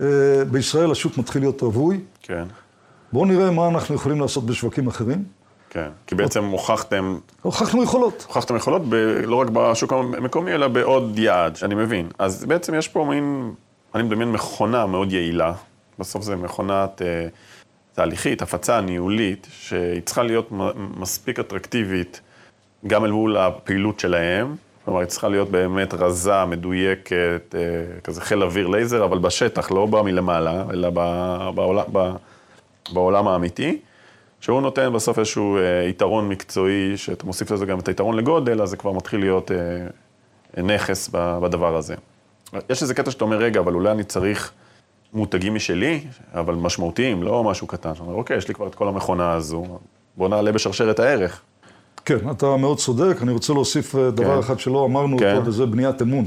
Speaker 3: אה, בישראל השוק מתחיל להיות רווי,
Speaker 2: כן,
Speaker 3: בואו נראה מה אנחנו יכולים לעשות בשווקים אחרים.
Speaker 2: כן. כי בעצם הוכחתם,
Speaker 3: הוכחנו יכולות.
Speaker 2: הוכחתם יכולות ב, לא רק בשוק המקומי, אלא בעוד יעד, שאני מבין. אז בעצם יש פה מין, אני מדמיין מכונה מאוד יעילה. בסוף זה מכונת אה, תהליכית, הפצה ניהולית, שהיא צריכה להיות מ- מספיק אטרקטיבית גם אל מול הפעילות שלהם. כלומר, היא צריכה להיות באמת רזה, מדויקת, אה, כזה חיל אוויר לייזר, אבל בשטח, לא בא מלמעלה, אלא ב- בעולם, ב- בעולם האמיתי, שהוא נותן בסוף איזשהו אה, יתרון מקצועי, שאתה מוסיף לזה גם את היתרון לגודל, אז זה כבר מתחיל להיות אה, נכס ב- בדבר הזה. יש איזה קטע שאתה אומר, רגע, אבל אולי אני צריך מותגים משלי, אבל משמעותיים, לא משהו קטן. אתה אומר, אוקיי, יש לי כבר את כל המכונה הזו, בוא נעלה בשרשרת הערך.
Speaker 3: כן, אתה מאוד צודק. אני רוצה להוסיף אה, דבר
Speaker 2: כן.
Speaker 3: אחד שלא אמרנו
Speaker 2: כן.
Speaker 3: אותו, וזה בניית אמון.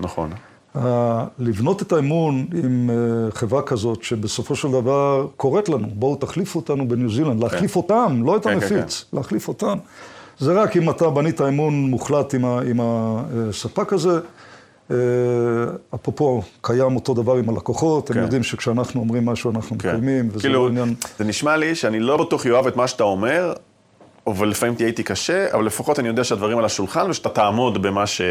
Speaker 2: נכון.
Speaker 3: ה- לבנות את האמון עם אה, חברה כזאת, שבסופו של דבר קוראת לנו, בואו תחליפו אותנו בניו זילנד, להחליף אותם, לא את
Speaker 2: כן, כן,
Speaker 3: המפיץ, להחליף אותם. זה רק אם אתה בנית אמון מוחלט עם ה- עם הספק הזה. אה, אפרופו, קיים אותו דבר עם הלקוחות, הם
Speaker 2: כן.
Speaker 3: יודעים שכשאנחנו אומרים משהו אנחנו
Speaker 2: כן.
Speaker 3: מקיימים, וזה
Speaker 2: כאילו,
Speaker 3: לא עניין...
Speaker 2: זה נשמע לי שאני לא בטוח יאהב את מה שאתה אומר, אבל לפעמים תהיה איתי קשה, אבל לפחות אני יודע שהדברים על השולחן ושאתה תעמוד במה ש...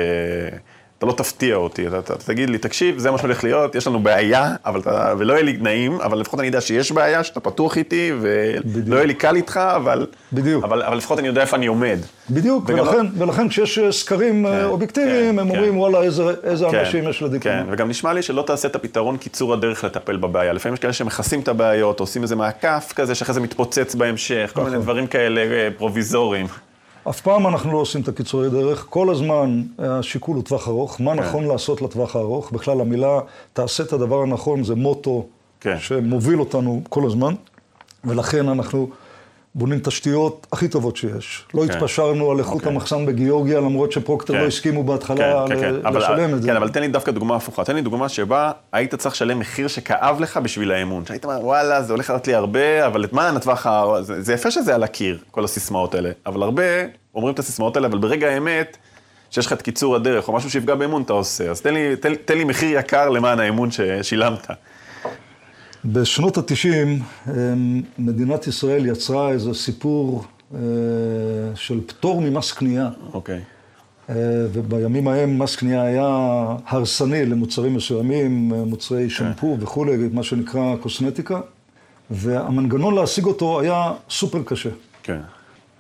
Speaker 2: אתה לא תפתיע אותי, אתה, אתה תגיד לי, תקשיב, זה מה שהולך להיות, יש לנו בעיה, אבל אתה, ולא יהיה לי נעים, אבל לפחות אני יודע שיש בעיה, שאתה פתוח איתי, ולא יהיה לי קל איתך, אבל...
Speaker 3: בדיוק.
Speaker 2: אבל, אבל לפחות אני יודע איפה אני עומד.
Speaker 3: בדיוק,
Speaker 2: וגם- לא-
Speaker 3: ולכן, ולכן כשיש אה, סקרים אה,
Speaker 2: כן,
Speaker 3: אובייקטיביים,
Speaker 2: כן,
Speaker 3: הם
Speaker 2: כן.
Speaker 3: אומרים, וואלה, איזה, איזה
Speaker 2: כן,
Speaker 3: אנשים יש לדיכאון.
Speaker 2: כן, וגם נשמע לי שלא תעשה את הפתרון קיצור הדרך לטפל בבעיה. לפעמים יש כאלה שמכסים את הבעיות, עושים איזה מעקף כזה, שאחרי זה מתפוצץ בהמשך, כל מיני דברים כאלה אה, פרוביזוריים.
Speaker 3: אף פעם אנחנו לא עושים את הקיצורי דרך, כל הזמן אה, השיקול הוא טווח ארוך,
Speaker 2: כן.
Speaker 3: מה נכון לעשות לטווח הארוך. בכלל המילה, תעשה את הדבר הנכון, זה מוטו
Speaker 2: כן.
Speaker 3: שמוביל אותנו כל הזמן, ולכן אנחנו בונים תשתיות הכי טובות שיש. לא
Speaker 2: כן.
Speaker 3: התפשרנו על איכות המחסן בגיאורגיה, למרות שפרוקטר
Speaker 2: כן.
Speaker 3: לא הסכימו
Speaker 2: כן,
Speaker 3: בהתחלה
Speaker 2: כן, כן.
Speaker 3: ל-
Speaker 2: אבל-
Speaker 3: לשלם את זה.
Speaker 2: כן, אבל תן לי דווקא דוגמה הפוכה. תן לי דוגמה שבה היית צריך לשלם מחיר שכאב לך בשביל האמון. שהיית אומר, וואלה, זה הולך לעלות לי הרבה, אבל את מה הטווח ה... זה זה יפה שזה על הקיר, כל הסיסמאות האלה. אבל הרבה אומרים את הסיסמאות האלה, אבל ברגע האמת, שיש לך את קיצור הדרך, או משהו שיפגע באמון, אתה עושה. אז תן לי- תן- תן לי מחיר יקר למען האמון ששילמת.
Speaker 3: בשנות ה-90, מדינת ישראל יצרה איזה סיפור אה, של פטור ממס קנייה.
Speaker 2: אוקיי.
Speaker 3: אה, ובימים ההם מס קנייה היה הרסני למוצרים מסוימים, אה, מוצרי שמפו וכולי, מה שנקרא קוסמטיקה, והמנגנון להשיג אותו היה סופר קשה.
Speaker 2: כן.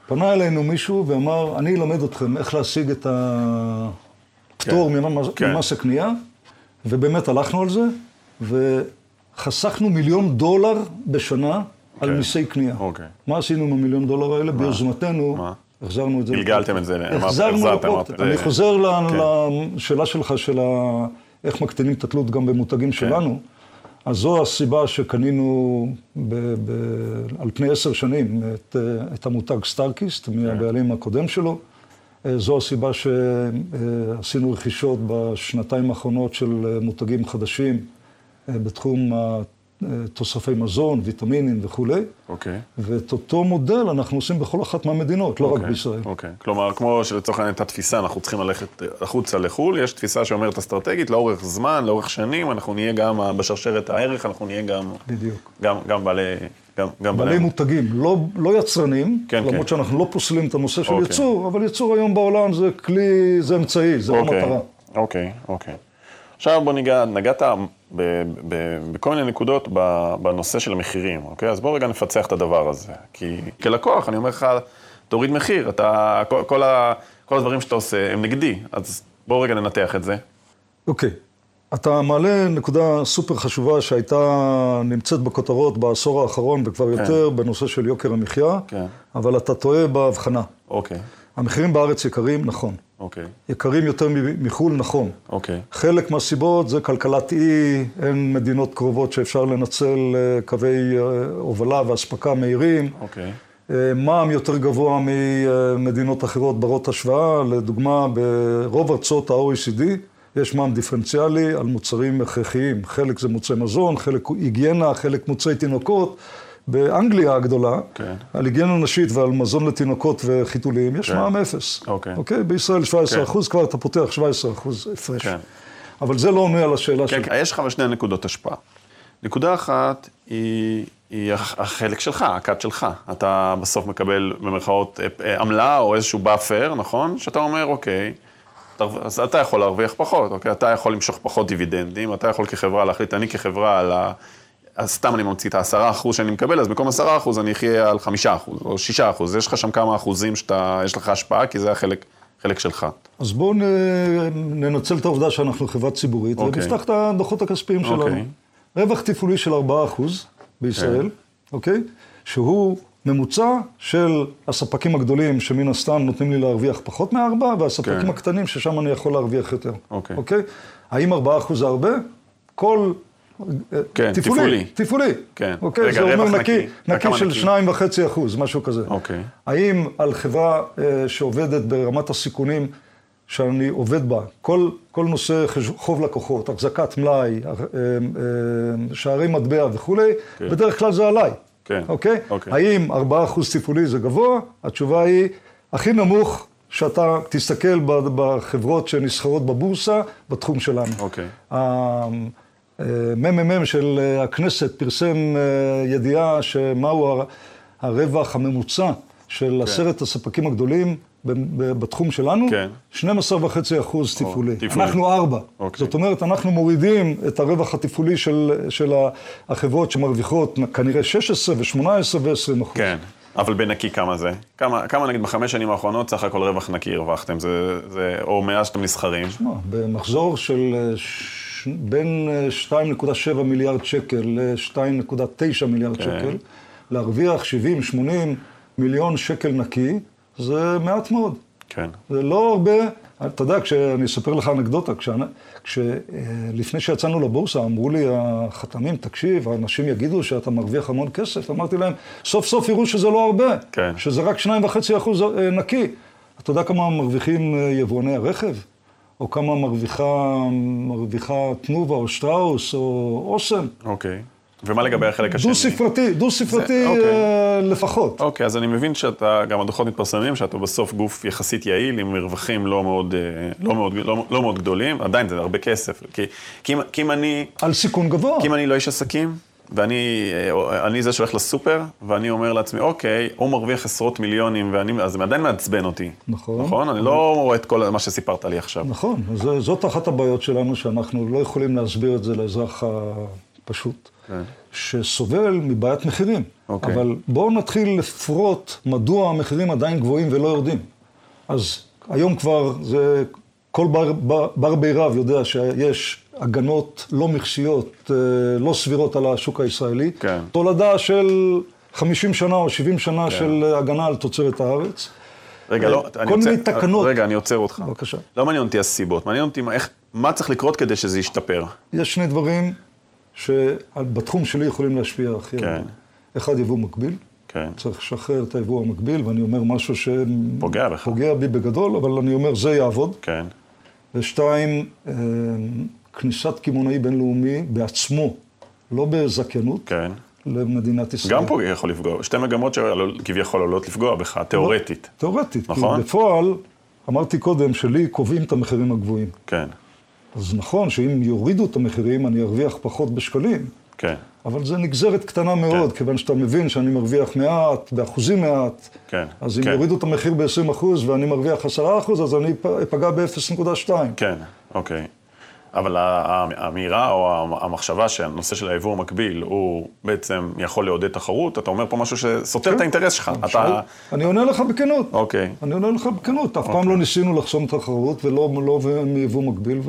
Speaker 3: פנה אלינו מישהו ואמר, אני אלמד אתכם איך להשיג את הפטור
Speaker 2: כן.
Speaker 3: ממס,
Speaker 2: כן.
Speaker 3: ממס הקנייה, ובאמת הלכנו על זה, וחסכנו מיליון דולר בשנה על
Speaker 2: כן.
Speaker 3: מיסי קנייה.
Speaker 2: אוקיי.
Speaker 3: מה עשינו עם המיליון דולר האלה? ביוזמתנו,
Speaker 2: מה?
Speaker 3: החזרנו את זה.
Speaker 2: גלגלתם את זה, אמרת-
Speaker 3: החזרנו
Speaker 2: החזרתם,
Speaker 3: לפרוקטר.
Speaker 2: אמרת, אה, כן.
Speaker 3: אני
Speaker 2: זה-
Speaker 3: חוזר ל- לשאלה שלך, של ה- איך מקטינים את התלות גם
Speaker 2: כן.
Speaker 3: במותגים שלנו. אז זו הסיבה שקנינו ב, ב, על פני עשר שנים את, אה, את המותג סטארקיסט
Speaker 2: כן.
Speaker 3: מהבעלים הקודם שלו. אה, זו הסיבה שעשינו רכישות בשנתיים האחרונות של אה, מותגים חדשים אה, בתחום תוספי מזון, ויטמינים וכולי.
Speaker 2: אוקיי.
Speaker 3: ואת אותו מודל אנחנו עושים בכל אחת מהמדינות, לא רק
Speaker 2: אוקיי,
Speaker 3: בישראל.
Speaker 2: אוקיי. כלומר, כמו שלצורך העניין הייתה תפיסה, אנחנו צריכים ללכת אה, החוצה לחו"ל, יש תפיסה שאומרת אסטרטגית, לאורך זמן, לאורך שנים, אנחנו נהיה גם ה- בשרשרת הערך, אנחנו נהיה גם...
Speaker 3: בדיוק.
Speaker 2: גם, גם בעלי... גם, גם
Speaker 3: בעלי מותגים, לא, לא יצרנים,
Speaker 2: כן,
Speaker 3: למרות
Speaker 2: כן.
Speaker 3: שאנחנו לא פוסלים את הנושא של
Speaker 2: אוקיי.
Speaker 3: ייצור, אבל ייצור היום בעולם זה כלי, זה אמצעי, זה לא
Speaker 2: אוקיי,
Speaker 3: מטרה.
Speaker 2: אוקיי, אוקיי. עכשיו בוא ניגע, נגעת ב, ב, בכל מיני נקודות ב- בנושא של המחירים, אוקיי? אז בוא רגע נפצח את הדבר הזה. כי כלקוח, אני אומר לך, תוריד מחיר, אתה, כל, כל, ה, כל הדברים שאתה עושה הם נגדי, אז בוא רגע ננתח את זה.
Speaker 3: אוקיי. אתה מעלה נקודה סופר חשובה שהייתה נמצאת בכותרות בעשור האחרון וכבר יותר בנושא של יוקר המחיה,
Speaker 2: כן.
Speaker 3: אבל אתה טועה בהבחנה.
Speaker 2: אוקיי.
Speaker 3: המחירים בארץ יקרים, נכון.
Speaker 2: אוקיי,
Speaker 3: יקרים יותר מ- מחו"ל, נכון.
Speaker 2: אוקיי.
Speaker 3: חלק מהסיבות זה כלכלת אי, אין מדינות קרובות שאפשר לנצל אה, קווי אה, הובלה ואספקה מהירים.
Speaker 2: אוקיי.
Speaker 3: אה, מע"מ יותר גבוה ממדינות אחרות ברות השוואה, לדוגמה ברוב ארצות ה-OECD יש מע"מ דיפרנציאלי על מוצרים הכרחיים, חלק זה מוצרי מזון, חלק היגיינה, חלק מוצרי תינוקות. באנגליה הגדולה,
Speaker 2: כן.
Speaker 3: על היגיינה נשית ועל מזון לתינוקות וחיתולים, יש
Speaker 2: כן.
Speaker 3: מע"מ אפס.
Speaker 2: אוקיי.
Speaker 3: אוקיי? בישראל 17
Speaker 2: כן.
Speaker 3: אחוז, כבר אתה פותח 17 אחוז הפרש.
Speaker 2: כן.
Speaker 3: אבל זה לא עונה על השאלה
Speaker 2: כן,
Speaker 3: שלי.
Speaker 2: כן, יש לך שני נקודות השפעה. נקודה אחת היא, היא הח- החלק שלך, הכת שלך. אתה בסוף מקבל במרכאות אה, אה, עמלה או איזשהו באפר, נכון? שאתה אומר, אוקיי, תר- אז אתה יכול להרוויח פחות, אוקיי? אתה יכול למשוך פחות דיבידנדים, אתה יכול כחברה להחליט, אני כחברה על ה... אז סתם אני ממציא את העשרה אחוז שאני מקבל, אז במקום עשרה אחוז אני אחיה על חמישה אחוז או שישה אחוז. יש לך שם כמה אחוזים שאתה, יש לך השפעה, כי זה החלק חלק שלך.
Speaker 3: אז בואו נ... ננצל את העובדה שאנחנו חברה ציבורית, okay.
Speaker 2: אוקיי.
Speaker 3: ונפתח את הדוחות הכספיים שלנו.
Speaker 2: אוקיי. כן.
Speaker 3: רווח תפעולי של 4% בישראל, אוקיי? שהוא ממוצע של הספקים הגדולים, שמן הסתם נותנים לי להרוויח פחות מ-4, והספקים
Speaker 2: כן.
Speaker 3: הקטנים, ששם אני יכול להרוויח יותר.
Speaker 2: אוקיי.
Speaker 3: אוקיי? האם 4% זה הרבה? כל... אה,
Speaker 2: כן, תפעולי.
Speaker 3: תפעולי.
Speaker 2: כן.
Speaker 3: אוקיי,
Speaker 2: רגע,
Speaker 3: זה אומר
Speaker 2: רווח נקי.
Speaker 3: נקי, נקי
Speaker 2: כמה
Speaker 3: של
Speaker 2: נקי?
Speaker 3: 2.5 אחוז, משהו כזה.
Speaker 2: אוקיי.
Speaker 3: האם על חברה אה, שעובדת ברמת הסיכונים שאני עובד בה, כל, כל נושא חש- חוב לקוחות, החזקת מלאי, אה, אה, שערי מטבע וכולי,
Speaker 2: כן.
Speaker 3: בדרך כלל זה עליי.
Speaker 2: כן.
Speaker 3: אוקיי?
Speaker 2: אוקיי.
Speaker 3: האם 4% תפעולי זה גבוה? התשובה היא, הכי נמוך שאתה תסתכל ב- בחברות שנסחרות בבורסה בתחום שלנו.
Speaker 2: אוקיי.
Speaker 3: הממ"מ אה, של הכנסת פרסם אה, ידיעה שמהו הר- הרווח הממוצע של עשרת הספקים הגדולים ב- ב- בתחום שלנו,
Speaker 2: כן.
Speaker 3: 12.5 אחוז תפעולי.
Speaker 2: תפעולי.
Speaker 3: אנחנו ארבע.
Speaker 2: אוקיי.
Speaker 3: זאת אומרת, אנחנו מורידים את הרווח התפעולי של, של ה- החברות שמרוויחות כנראה 16 ו-18 ו-20 אחוז.
Speaker 2: כן, אבל בנקי כמה זה? כמה, כמה נגיד בחמש שנים האחרונות סך הכל רווח נקי הרווחתם? זה, זה, או מאז שאתם נסחרים?
Speaker 3: תשמע, במחזור של אה, ש... בין אה, 2.7 מיליארד שקל ל-2.9 מיליארד
Speaker 2: כן.
Speaker 3: שקל, להרוויח 70-80 מיליון שקל נקי, זה מעט מאוד.
Speaker 2: כן,
Speaker 3: זה לא הרבה, אתה יודע, כשאני אספר לך אנקדוטה, כשלפני שיצאנו לבורסה אמרו לי החתמים, תקשיב, האנשים יגידו שאתה מרוויח המון כסף, אמרתי להם, סוף סוף יראו שזה לא הרבה,
Speaker 2: כן.
Speaker 3: שזה רק 2.5 אחוז אה, נקי. אתה יודע כמה מרוויחים אה, יבואני הרכב? או כמה מרוויחה, מרוויחה תנובה או שטראוס או אוסם?
Speaker 2: אוקיי. ומה לגבי החלק השני?
Speaker 3: דו-ספרתי, דו-ספרתי
Speaker 2: זה- אוקיי.
Speaker 3: אה, לפחות.
Speaker 2: אוקיי, אז אני מבין שאתה, גם הדוחות מתפרסמים, שאתה בסוף גוף יחסית יעיל, עם מרווחים לא מאוד, אה, לא מאוד, לא, לא מאוד גדולים, עדיין זה הרבה כסף. כי, כי, אם- כי אם אני...
Speaker 3: על סיכון גבוה.
Speaker 2: כי אם אני לא איש עסקים, ואני אה, אני זה שהולך לסופר, ואני אומר לעצמי, אוקיי, הוא מרוויח עשרות מיליונים, ואני, אז זה עדיין מעצבן אותי.
Speaker 3: נכון.
Speaker 2: נכון? אני לא רואה את כל מה שסיפרת לי עכשיו.
Speaker 3: נכון, אז זה- זאת אחת הבעיות שלנו, שאנחנו לא יכולים להסביר את זה לאזרח הפשוט,
Speaker 2: כן.
Speaker 3: שסובל מבעיית מחירים.
Speaker 2: אוקיי.
Speaker 3: אבל בואו נתחיל לפרוט מדוע המחירים עדיין גבוהים ולא יורדים. אז היום כבר זה, כל בר, בר, בר בי רב יודע שיש הגנות לא מכסיות, אה, לא סבירות על השוק הישראלי.
Speaker 2: כן.
Speaker 3: תולדה של 50 שנה או 70 שנה של אה, הגנה על תוצרת הארץ.
Speaker 2: רגע, לא, אני
Speaker 3: כל
Speaker 2: עוצר-
Speaker 3: מיני תקנות. אוקיי.
Speaker 2: רגע, אני עוצר אותך.
Speaker 3: בבקשה.
Speaker 2: לא מעניין אותי הסיבות, מעניין אותי מה, איך, מה צריך לקרות כדי שזה ישתפר.
Speaker 3: יש שני דברים שבתחום שלי יכולים להשפיע הכי
Speaker 2: כן.
Speaker 3: הרבה. אחד, יבוא מקביל.
Speaker 2: כן.
Speaker 3: צריך לשחרר את היבוא המקביל, ואני אומר משהו
Speaker 2: פוגע בך.
Speaker 3: שפוגע בי בגדול, אבל אני אומר, זה יעבוד.
Speaker 2: כן,
Speaker 3: ושתיים, אה, כניסת קמעונאי בינלאומי בעצמו, לא בזכיינות,
Speaker 2: כן.
Speaker 3: למדינת ישראל.
Speaker 2: גם פה יכול לפגוע, שתי מגמות שכביכול עלולות לפגוע בך,
Speaker 3: לא.
Speaker 2: תיאורטית.
Speaker 3: תיאורטית.
Speaker 2: נכון.
Speaker 3: כי בפועל, אמרתי קודם, שלי קובעים את המחירים הגבוהים.
Speaker 2: כן,
Speaker 3: אז נכון שאם יורידו את המחירים, אני ארוויח פחות בשקלים,
Speaker 2: כן,
Speaker 3: אבל זה נגזרת קטנה מאוד, כן. כיוון שאתה מבין שאני מרוויח מעט, באחוזים מעט.
Speaker 2: כן,
Speaker 3: אז אם
Speaker 2: כן.
Speaker 3: יורידו את המחיר ב-20% ואני מרוויח 10%, אז אני אפ- אפגע ב-0.2.
Speaker 2: כן, אוקיי. אבל ה- ה- האמירה או ה- המחשבה שהנושא של היבוא המקביל הוא בעצם יכול לעודד תחרות, אתה אומר פה משהו שסותר
Speaker 3: כן.
Speaker 2: את האינטרס שלך. אתה...
Speaker 3: אני עונה לך בכנות.
Speaker 2: אוקיי.
Speaker 3: אני עונה לך בכנות. אף פעם לא ניסינו לחסום תחרות ולא לא מיבוא מקביל,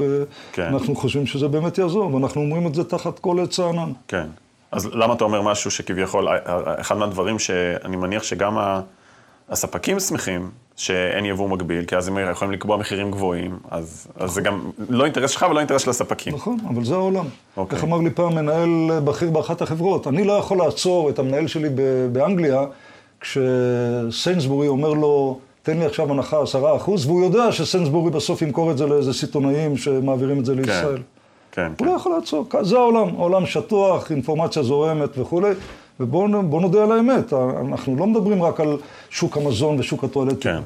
Speaker 2: כן.
Speaker 3: ואנחנו חושבים שזה באמת יעזור, ואנחנו אומרים את זה תחת כל עץ הענן.
Speaker 2: כן. אז למה אתה אומר משהו שכביכול, אחד מהדברים שאני מניח שגם ה- הספקים שמחים, שאין יבוא מקביל, כי אז הם יכולים לקבוע מחירים גבוהים, אז, אז זה גם לא אינטרס שלך ולא אינטרס של הספקים.
Speaker 3: נכון, אבל זה העולם.
Speaker 2: אוקיי.
Speaker 3: איך אמר לי פעם מנהל אה, בכיר באחת החברות, אני לא יכול לעצור את המנהל שלי ב- באנגליה, כשסיינסבורי אומר לו, תן לי עכשיו הנחה עשרה אחוז, והוא יודע שסיינסבורי בסוף ימכור את זה לאיזה סיטונאים שמעבירים את זה לישראל.
Speaker 2: כן, כן.
Speaker 3: הוא לא יכול לעצור, כ- זה העולם, העולם שטוח, אינפורמציה זורמת וכולי, ובואו נ- בואו נודה על האמת, אנחנו לא מדברים רק על שוק המזון ושוק הטואלטים.
Speaker 2: כן.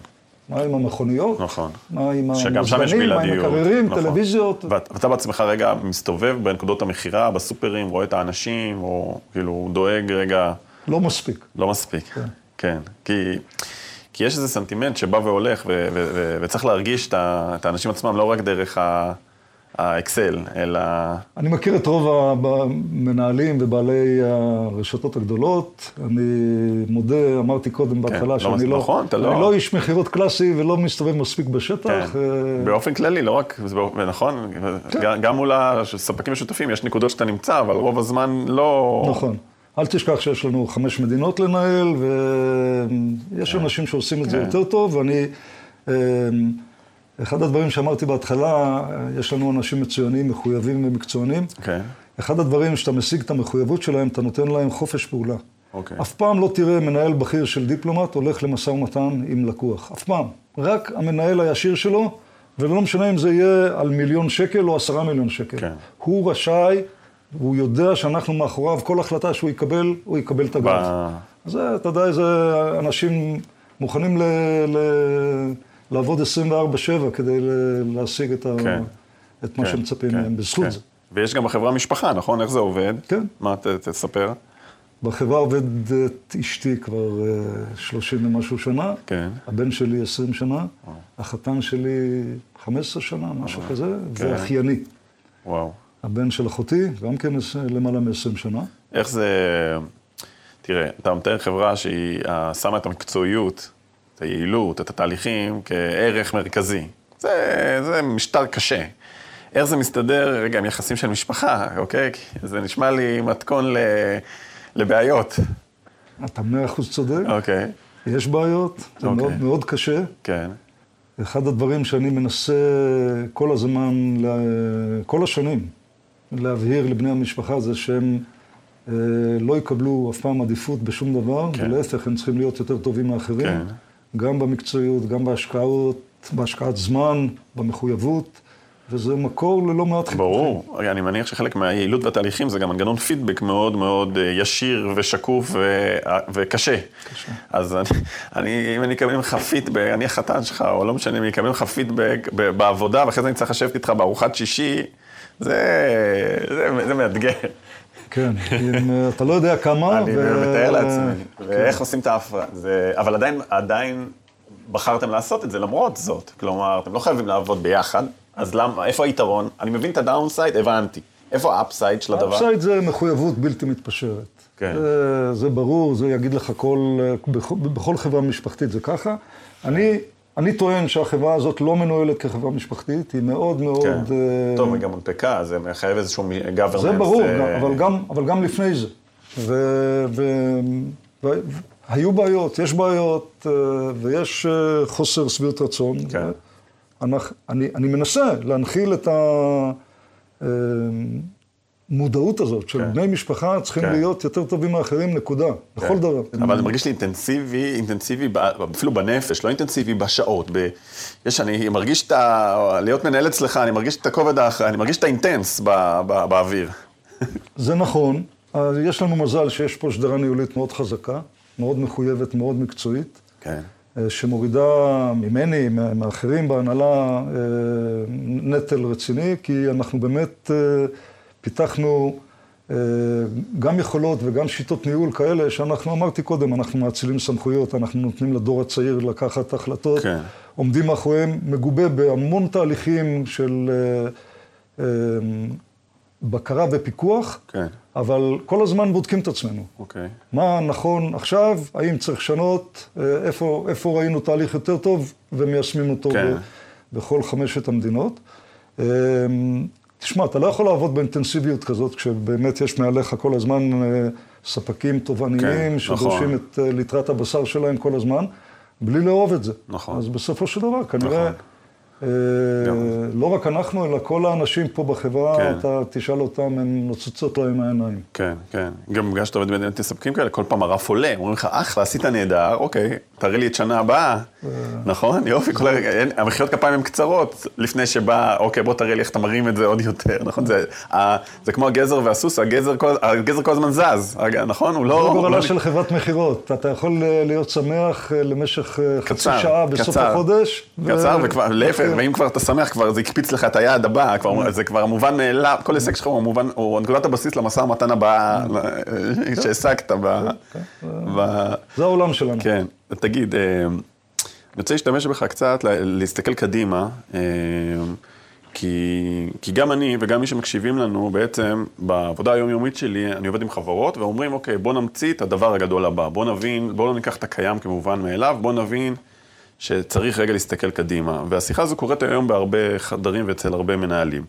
Speaker 3: מה עם המכוניות?
Speaker 2: נכון.
Speaker 3: מה עם
Speaker 2: שגם שם יש
Speaker 3: המזגנים? מה עם
Speaker 2: בלעדיות.
Speaker 3: מקררים?
Speaker 2: נכון.
Speaker 3: טלוויזיות?
Speaker 2: ואת- ואתה בעצמך רגע מסתובב בנקודות המכירה, בסופרים, רואה את האנשים, או כאילו דואג רגע,
Speaker 3: לא מספיק.
Speaker 2: לא מספיק. כן. כן. כי, כי יש איזה סנטימנט שבא והולך, ו, ו, ו, וצריך להרגיש את, ה, את האנשים עצמם לא רק דרך ה, האקסל, אלא...
Speaker 3: אני מכיר את רוב המנהלים ובעלי הרשתות הגדולות. אני מודה, אמרתי קודם בהתחלה
Speaker 2: לא
Speaker 3: שאני
Speaker 2: מספיק,
Speaker 3: לא,
Speaker 2: נכון, אתה לא-
Speaker 3: אני לא איש מכירות קלאסי ולא מסתובב מספיק בשטח.
Speaker 2: כן.
Speaker 3: אה, כן.
Speaker 2: באופן כללי, לא רק, זה באופ- נכון, גם- גם מול הספקים משותפים, יש נקודות שאתה נמצא, אבל רוב הזמן לא...
Speaker 3: נכון. אל תשכח שיש לנו חמש מדינות לנהל, ויש אנשים שעושים את זה
Speaker 2: כן.
Speaker 3: יותר טוב, ואני... אה, אחד הדברים שאמרתי בהתחלה, אה, יש לנו אנשים מצוינים, מחויבים ומקצוענים.
Speaker 2: כן,
Speaker 3: אחד הדברים שאתה משיג את המחויבות שלהם, אתה נותן להם חופש פעולה.
Speaker 2: אוקיי.
Speaker 3: אף פעם לא תראה מנהל בכיר של דיפלומט הולך למשא ומתן עם לקוח. אף פעם. רק המנהל הישיר שלו, ולא משנה אם זה יהיה על מיליון שקל או עשרה מיליון שקל.
Speaker 2: כן.
Speaker 3: הוא רשאי, הוא יודע שאנחנו מאחוריו, כל החלטה שהוא יקבל, הוא יקבל את הגב.
Speaker 2: ב-
Speaker 3: זה, אתה יודע, איזה אנשים מוכנים ל... ל... לעבוד 24-7 כדי ל- להשיג את, ה...
Speaker 2: כן.
Speaker 3: את מה
Speaker 2: כן,
Speaker 3: שמצפים
Speaker 2: כן,
Speaker 3: מהם, בזכות
Speaker 2: כן.
Speaker 3: זה.
Speaker 2: ויש גם בחברה משפחה, נכון? איך זה עובד?
Speaker 3: כן.
Speaker 2: מה, ת- תספר.
Speaker 3: בחברה עובדת אשתי כבר אה, 30 ומשהו שנה.
Speaker 2: כן.
Speaker 3: הבן שלי 20 שנה, החתן שלי 15 שנה, משהו כזה,
Speaker 2: כן.
Speaker 3: ואחייני.
Speaker 2: וואו.
Speaker 3: הבן של אחותי, גם כן עש- למעלה מ-20 שנה.
Speaker 2: איך זה... תראה, אתה מתאר חברה שהיא אה, שמה את המקצועיות, את היעילות, את התהליכים, כערך מרכזי. זה, זה משטר קשה. איך זה מסתדר רגע עם יחסים של משפחה, אוקיי? כי זה נשמע לי מתכון ל... לבעיות.
Speaker 3: אתה מאה אחוז צודק,
Speaker 2: אוקיי,
Speaker 3: יש בעיות, זה
Speaker 2: אוקיי.
Speaker 3: מאוד מאוד קשה.
Speaker 2: כן.
Speaker 3: אחד הדברים שאני מנסה כל הזמן, ל- כל השנים, להבהיר לבני המשפחה זה שהם אה, לא יקבלו אף פעם עדיפות בשום דבר,
Speaker 2: כן.
Speaker 3: כן. ולהפך, הם צריכים להיות יותר טובים מאחרים,
Speaker 2: כן.
Speaker 3: כן. גם במקצועיות, גם בהשקעות, בהשקעת זמן, במחויבות, וזה מקור ללא מעט חיכוכים.
Speaker 2: ברור. רגע, אני מניח שחלק מהיעילות והתהליכים זה גם מנגנון פידבק מאוד מאוד אה, ישיר ושקוף ו... אה, וקשה. קשה. אז אני, אני, אם אני אקבל ממך פידבק, אני החתן שלך, או לא משנה, אם אני אקבל ממך פידבק ב- בעבודה, ואחרי זה אני צריך לשבת איתך בארוחת שישי, זה, זה, זה מאתגר.
Speaker 3: כן, אם אה, כן. אתה לא יודע כמה,
Speaker 2: אני מתאר לעצמי. ואיך עושים את ההפרעה? זה- אבל עדיין, עדיין בחרתם לעשות את זה למרות זאת. כלומר, אתם לא חייבים לעבוד ביחד, אז למה, איפה היתרון? אני מבין את הדאונסייד, הבנתי. איפה האפסייד של הדבר?
Speaker 3: אפסייד זה מחויבות בלתי מתפשרת.
Speaker 2: כן.
Speaker 3: זה, זה ברור, זה יגיד לך כל, בכל, בכל חברה משפחתית זה ככה. אני, אני טוען שהחברה הזאת לא מנוהלת כחברה משפחתית, היא מאוד מאוד...
Speaker 2: כן.
Speaker 3: אה,
Speaker 2: טוב, היא גם הונפקה, זה מחייב איזשהו אה, גוורנס.
Speaker 3: זה ברור, גם, אבל, גם, אבל גם לפני זה. ו, ו, ו, היו בעיות, יש בעיות, אה, ויש אה, חוסר שביעות רצון.
Speaker 2: כן.
Speaker 3: אנחנו, אני, אני מנסה להנחיל את המודעות הזאת של
Speaker 2: כן.
Speaker 3: בני משפחה צריכים
Speaker 2: כן.
Speaker 3: להיות יותר טובים מאחרים, נקודה. בכל דבר.
Speaker 2: אבל זה מרגיש לי אינטנסיבי, אינטנסיבי ב- אפילו בנפש, לא אינטנסיבי בשעות. ב... יש, אני מרגיש את ה... להיות מנהל אצלך, אני מרגיש את הכובד האחר, אני מרגיש את האינטנס ב- ב- באוויר.
Speaker 3: זה נכון, אז יש לנו מזל שיש פה שדרה ניהולית מאוד חזקה, מאוד מחויבת, מאוד מקצועית.
Speaker 2: כן.
Speaker 3: אה, שמורידה ממני, מה- מאחרים בהנהלה, אה, נטל רציני, כי אנחנו באמת אה, פיתחנו אה, גם יכולות וגם שיטות ניהול כאלה, שאנחנו, אמרתי קודם, אנחנו מאצילים סמכויות, אנחנו נותנים לדור הצעיר לקחת החלטות,
Speaker 2: כן.
Speaker 3: עומדים מאחוריהם, מגובה בהמון תהליכים של אה, אה, בקרה ופיקוח,
Speaker 2: כן.
Speaker 3: אבל כל הזמן בודקים את עצמנו.
Speaker 2: אוקיי.
Speaker 3: מה נכון עכשיו, האם צריך לשנות, אה, איפה, איפה ראינו תהליך יותר טוב ומיישמים אותו
Speaker 2: כן.
Speaker 3: ב- בכל חמשת המדינות. אה, תשמע, אתה לא יכול לעבוד באינטנסיביות כזאת, כשבאמת יש מעליך כל הזמן אה, ספקים תובעניים
Speaker 2: כן,
Speaker 3: שדורשים
Speaker 2: נכון.
Speaker 3: את אה, ליטרת הבשר שלהם כל הזמן. בלי לאהוב את זה.
Speaker 2: נכון.
Speaker 3: אז בסופו של דבר, כנראה,
Speaker 2: נכון.
Speaker 3: אה,
Speaker 2: גם.
Speaker 3: לא רק אנחנו, אלא כל האנשים פה בחברה,
Speaker 2: כן.
Speaker 3: אתה תשאל אותם, הם נוצצות להם העיניים.
Speaker 2: כן, כן. גם בגלל שאתה עובד בעניינים מספקים כאלה, כל פעם הרף עולה, אומרים לך, אחלה, עשית נהדר, אוקיי, תראה לי את שנה הבאה,
Speaker 3: אה.
Speaker 2: נכון? יופי, כל הרגע, אין- המחיאות כפיים הן קצרות, לפני שבא, אוקיי, בוא תראה לי איך אתה מרים את זה עוד יותר, נכון? זה ה- זה כמו הגזר והסוס, הגזר כל- הגזר כל הזמן זז, הג- נכון? הוא לא...
Speaker 3: זה
Speaker 2: הוא
Speaker 3: גורלה
Speaker 2: לא-
Speaker 3: של חברת מכירות. אתה יכול אה, להיות שמח אה, למשך אה, חצי
Speaker 2: קצר,
Speaker 3: שעה בסוף
Speaker 2: קצר.
Speaker 3: החודש. ו- כן.
Speaker 2: קצר, וכבר, להפך, ואם כבר אתה שמח, כבר זה הקפיץ לך את היעד הבא,
Speaker 3: אה.
Speaker 2: כבר- זה כבר המובן מאליו, כל הישג שלך הוא המובן, הוא נקודת הבסיס למשא ומתן הבא
Speaker 3: אה.
Speaker 2: ל- שהעסקת ב...
Speaker 3: אוקיי.
Speaker 2: ב-
Speaker 3: זה העולם שלנו.
Speaker 2: כן, תגיד, אה, אני רוצה להשתמש בך קצת, לה- להסתכל קדימה, אה, כי, כי גם אני וגם מי שמקשיבים לנו, בעצם בעבודה היומיומית שלי, אני עובד עם חברות ואומרים, אוקיי, בוא נמציא את הדבר הגדול הבא, בוא נבין, בוא לא ניקח את הקיים כמובן מאליו, בוא נבין שצריך רגע להסתכל קדימה. והשיחה הזו קורית היום בהרבה חדרים ואצל הרבה מנהלים.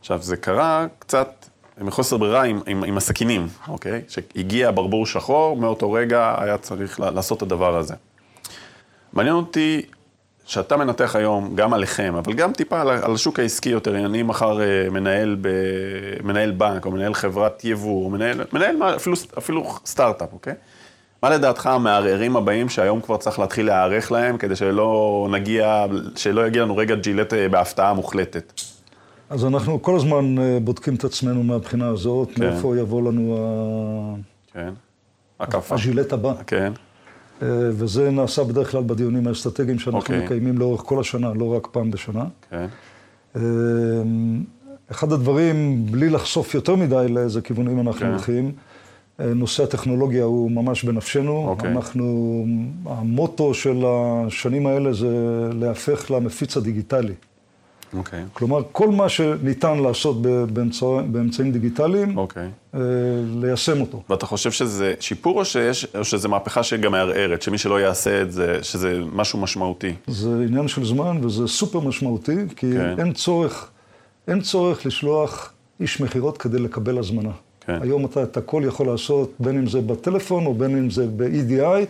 Speaker 2: עכשיו, זה קרה קצת מחוסר ברירה עם, עם, עם הסכינים, אוקיי? שהגיע ברבור שחור, מאותו רגע היה צריך ל- לעשות את הדבר הזה. מעניין אותי שאתה מנתח היום גם עליכם, אבל גם טיפה על, על השוק העסקי יותר. אני מחר אה, מנהל, ב, מנהל בנק, או מנהל חברת יבוא, או מנהל, מנהל מה- אפילו, אפילו סטארט-אפ, אוקיי? מה לדעתך המערערים הבאים שהיום כבר צריך להתחיל להיערך להם, כדי שלא נגיע, שלא יגיע לנו רגע ג'ילט אה, בהפתעה מוחלטת?
Speaker 3: אז אנחנו כל הזמן אה, בודקים את עצמנו מהבחינה הזאת,
Speaker 2: כן.
Speaker 3: מאיפה יבוא לנו
Speaker 2: כן.
Speaker 3: ה-
Speaker 2: הכאפה.
Speaker 3: הז'ילט הבא.
Speaker 2: כן,
Speaker 3: אה, וזה נעשה בדרך כלל בדיונים האסטרטגיים שאנחנו
Speaker 2: אוקיי.
Speaker 3: מקיימים לאורך כל השנה, לא רק פעם בשנה.
Speaker 2: כן,
Speaker 3: אה, אחד הדברים, בלי לחשוף יותר מדי לאיזה כיוונים אנחנו
Speaker 2: כן.
Speaker 3: הולכים, אה, נושא הטכנולוגיה הוא ממש בנפשנו.
Speaker 2: אוקיי.
Speaker 3: אנחנו, המוטו של השנים האלה זה להפך למפיץ הדיגיטלי.
Speaker 2: אוקיי,
Speaker 3: כלומר, כל מה שניתן לעשות ב- באמצע, באמצעים דיגיטליים,
Speaker 2: אוקיי.
Speaker 3: אה, ליישם אותו.
Speaker 2: ואתה חושב שזה שיפור או, שיש, או שזה מהפכה שגם מערערת, שמי שלא יעשה את זה, שזה משהו משמעותי?
Speaker 3: זה עניין של זמן וזה סופר משמעותי, כי
Speaker 2: כן.
Speaker 3: כן. אין צורך, אין צורך לשלוח איש מכירות כדי לקבל הזמנה.
Speaker 2: כן.
Speaker 3: היום אתה את הכל יכול לעשות, בין אם זה בטלפון, או בין אם זה ב-EDI,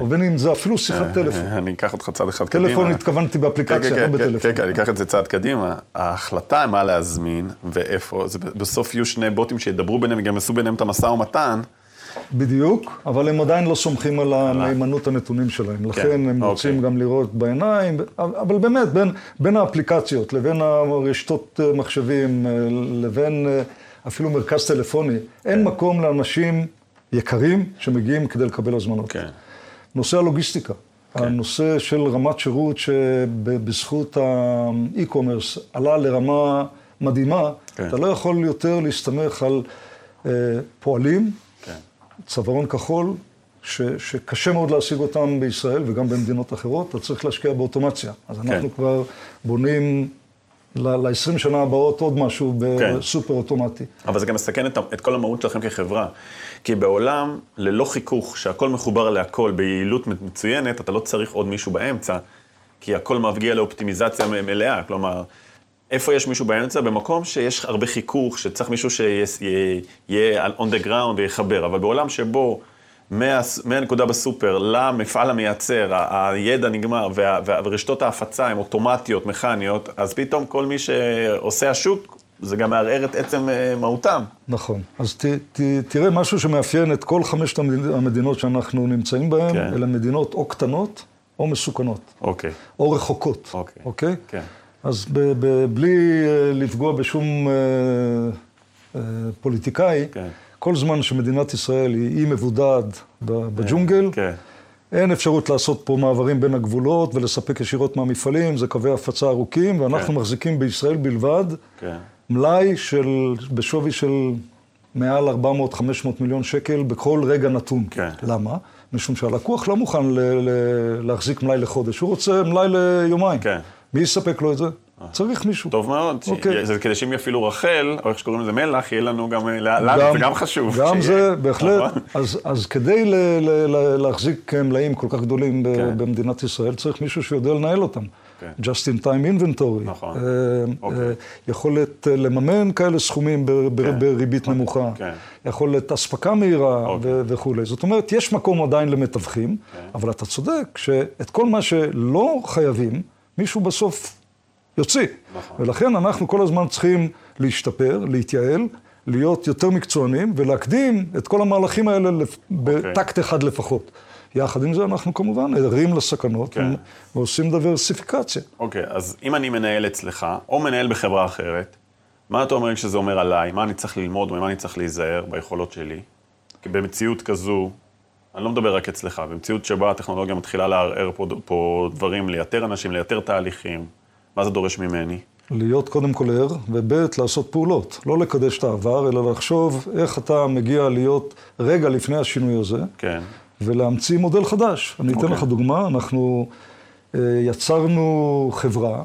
Speaker 3: או בין אם זה אפילו שיחת טלפון.
Speaker 2: אה, אני אקח אותך צעד אחד כן. קדימה.
Speaker 3: טלפון התכוונתי
Speaker 2: כן, כן,
Speaker 3: באפליקציה, לא
Speaker 2: כן,
Speaker 3: בטלפון.
Speaker 2: כן, כן, אני אקח את זה צעד קדימה. ההחלטה מה להזמין ואיפה, זה בסוף יהיו שני בוטים שידברו ביניהם, גם יעשו ביניהם את המשא ומתן.
Speaker 3: בדיוק, אבל הם עדיין לא סומכים על המהימנות הנתונים שלהם. לכן הם
Speaker 2: אה. אוקיי.
Speaker 3: רוצים גם לראות בעיניים, אבל באמת, בין, בין האפליקציות לבין הרשתות אה, מחשבים, אה, לבין אה, אפילו מרכז טלפוני,
Speaker 2: כן.
Speaker 3: אין מקום לאנשים יקרים שמגיעים כדי לקבל הזמנות.
Speaker 2: כן,
Speaker 3: נושא הלוגיסטיקה, הנושא של רמת שירות שבזכות האי-קומרס עלה לרמה מדהימה,
Speaker 2: כן.
Speaker 3: אתה לא יכול יותר להסתמך על אה, פועלים,
Speaker 2: כן,
Speaker 3: צווארון כחול, ש, שקשה מאוד להשיג אותם בישראל וגם במדינות אחרות, אתה צריך להשקיע באוטומציה. אז
Speaker 2: כן.
Speaker 3: אנחנו כבר בונים ל-20 שנה הבאות עוד משהו
Speaker 2: כן.
Speaker 3: בסופר אוטומטי.
Speaker 2: אבל זה גם מסכן את, ה- את כל המהות שלכם כחברה. כי בעולם ללא חיכוך, שהכל מחובר להכל ביעילות מצוינת, אתה לא צריך עוד מישהו באמצע, כי הכל מגיע לאופטימיזציה מ- מלאה. כלומר, איפה יש מישהו באמצע? במקום שיש הרבה חיכוך, שצריך מישהו שיהיה על- on the ground ויחבר. אבל בעולם שבו... מה- מהנקודה בסופר למפעל המייצר, ה- הידע נגמר וה- וה- ורשתות ההפצה הן אוטומטיות, מכניות, אז פתאום כל מי שעושה השוק, זה גם מערער את עצם אה, מהותם.
Speaker 3: נכון. אז ת, ת, תראה משהו שמאפיין את כל חמשת המד- המדינות שאנחנו נמצאים בהן,
Speaker 2: כן.
Speaker 3: אלה מדינות או קטנות או מסוכנות,
Speaker 2: אוקיי.
Speaker 3: או רחוקות,
Speaker 2: אוקיי.
Speaker 3: אוקיי?
Speaker 2: כן.
Speaker 3: אז ב, ב, בלי אה, לפגוע בשום אה, אה, פוליטיקאי,
Speaker 2: כן.
Speaker 3: כל זמן שמדינת ישראל היא אי מבודד ב- בג'ונגל,
Speaker 2: כן.
Speaker 3: אין אפשרות לעשות פה מעברים בין הגבולות ולספק ישירות מהמפעלים, זה קווי הפצה ארוכים, ואנחנו
Speaker 2: כן.
Speaker 3: מחזיקים בישראל בלבד
Speaker 2: כן.
Speaker 3: מלאי של, בשווי של מעל 400-500 מיליון שקל בכל רגע נתון.
Speaker 2: כן.
Speaker 3: למה? משום שהלקוח לא מוכן ל- ל- להחזיק מלאי לחודש, הוא רוצה מלאי ליומיים.
Speaker 2: כן. אה.
Speaker 3: מי יספק לו את זה? צריך מישהו.
Speaker 2: טוב מאוד. ש-
Speaker 3: אוקיי.
Speaker 2: זה כדי שאם יפעילו רחל, או איך שקוראים לזה מלח, יהיה לנו גם, אה, לנו זה גם חשוב.
Speaker 3: גם
Speaker 2: שיהיה.
Speaker 3: זה, בהחלט.
Speaker 2: נכון?
Speaker 3: אז, אז כדי ל, ל, ל, להחזיק מלאים כל כך גדולים ב,
Speaker 2: כן.
Speaker 3: במדינת ישראל, צריך מישהו שיודע לנהל אותם.
Speaker 2: כן.
Speaker 3: Just in time inventory.
Speaker 2: נכון.
Speaker 3: אה,
Speaker 2: אוקיי.
Speaker 3: אה, יכולת אה, לממן כאלה סכומים ב- ב-
Speaker 2: כן.
Speaker 3: בריבית נמוכה.
Speaker 2: כן.
Speaker 3: יכולת אספקה מהירה
Speaker 2: אוקיי. כן.
Speaker 3: ו- וכולי. זאת אומרת, יש מקום עדיין למתווכים, אבל אתה צודק שאת כל מה שלא חייבים, מישהו בסוף יוציא.
Speaker 2: נכון.
Speaker 3: ולכן אנחנו כל הזמן צריכים להשתפר, להתייעל, להיות יותר מקצוענים ולהקדים את כל המהלכים האלה לפ-
Speaker 2: אוקיי.
Speaker 3: בטקט אחד לפחות. יחד עם זה אנחנו כמובן ערים לסכנות
Speaker 2: כן.
Speaker 3: ועושים דיברסיפיקציה.
Speaker 2: אוקיי, אז אם אני מנהל אצלך, או מנהל בחברה אחרת, מה אתה אומר שזה אומר עליי? מה אני צריך ללמוד וממה אני צריך להיזהר ביכולות שלי? כי במציאות כזו, אני לא מדבר רק אצלך, במציאות שבה הטכנולוגיה מתחילה לערער פה, פה דברים, לייתר אנשים, לייתר תהליכים, מה זה דורש ממני?
Speaker 3: להיות קודם כל ער, וב' לעשות פעולות. לא לקדש את העבר, אלא לחשוב איך אתה מגיע להיות רגע לפני השינוי הזה,
Speaker 2: כן,
Speaker 3: ולהמציא מודל חדש. אני אתן
Speaker 2: אוקיי.
Speaker 3: לך דוגמה, אנחנו אה, יצרנו חברה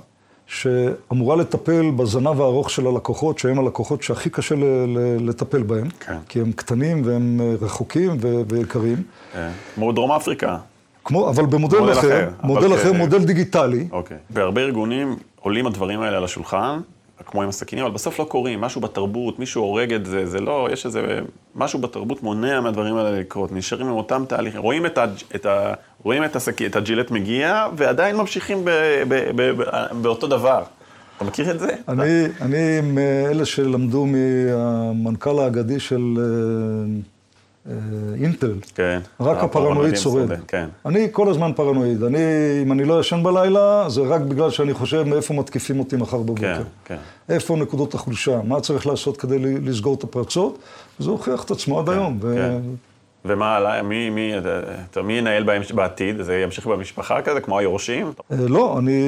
Speaker 3: שאמורה לטפל בזנב הארוך של הלקוחות, שהם הלקוחות שהכי קשה ל- ל- לטפל בהם,
Speaker 2: כן.
Speaker 3: כי הם קטנים והם אה, רחוקים ו- ויקרים.
Speaker 2: כן. כמו דרום אפריקה.
Speaker 3: כמו, אבל במודל
Speaker 2: מודל
Speaker 3: אחר,
Speaker 2: אחר, אבל
Speaker 3: מודל אחר,
Speaker 2: כ-
Speaker 3: מודל דיגיטלי,
Speaker 2: אוקיי. בהרבה ארגונים עולים הדברים האלה על השולחן, כמו עם הסכינים, אבל בסוף לא קורים, משהו בתרבות, מישהו הורג את זה, זה לא, יש איזה, משהו בתרבות מונע מהדברים האלה לקרות, נשארים עם אותם תהליכים, רואים את, ה, את, ה, רואים את, הסכ... את הג'ילט מגיע, ועדיין ממשיכים ב, ב, ב, ב, באותו דבר. אתה מכיר את זה?
Speaker 3: אני, אני מאלה שלמדו מהמנכ"ל האגדי של אה, אה, אינטל.
Speaker 2: כן.
Speaker 3: רק הפרנואיד
Speaker 2: הפרנואידים
Speaker 3: שורד.
Speaker 2: כן.
Speaker 3: אני כל הזמן פרנואיד. אני, אם אני לא ישן בלילה, זה רק בגלל שאני חושב מאיפה מתקיפים אותי מחר
Speaker 2: כן,
Speaker 3: בבוקר.
Speaker 2: כן.
Speaker 3: איפה נקודות החולשה, מה צריך לעשות כדי ל- לסגור את הפרצות, וזה הוכיח את עצמו עד היום. ו-
Speaker 2: כן. ומה עליי, מי, מי, אתה- אתה- מי ינהל בהמש- בעתיד? זה ימשיך במשפחה כזה, כמו היורשים?
Speaker 3: אה, לא, אני...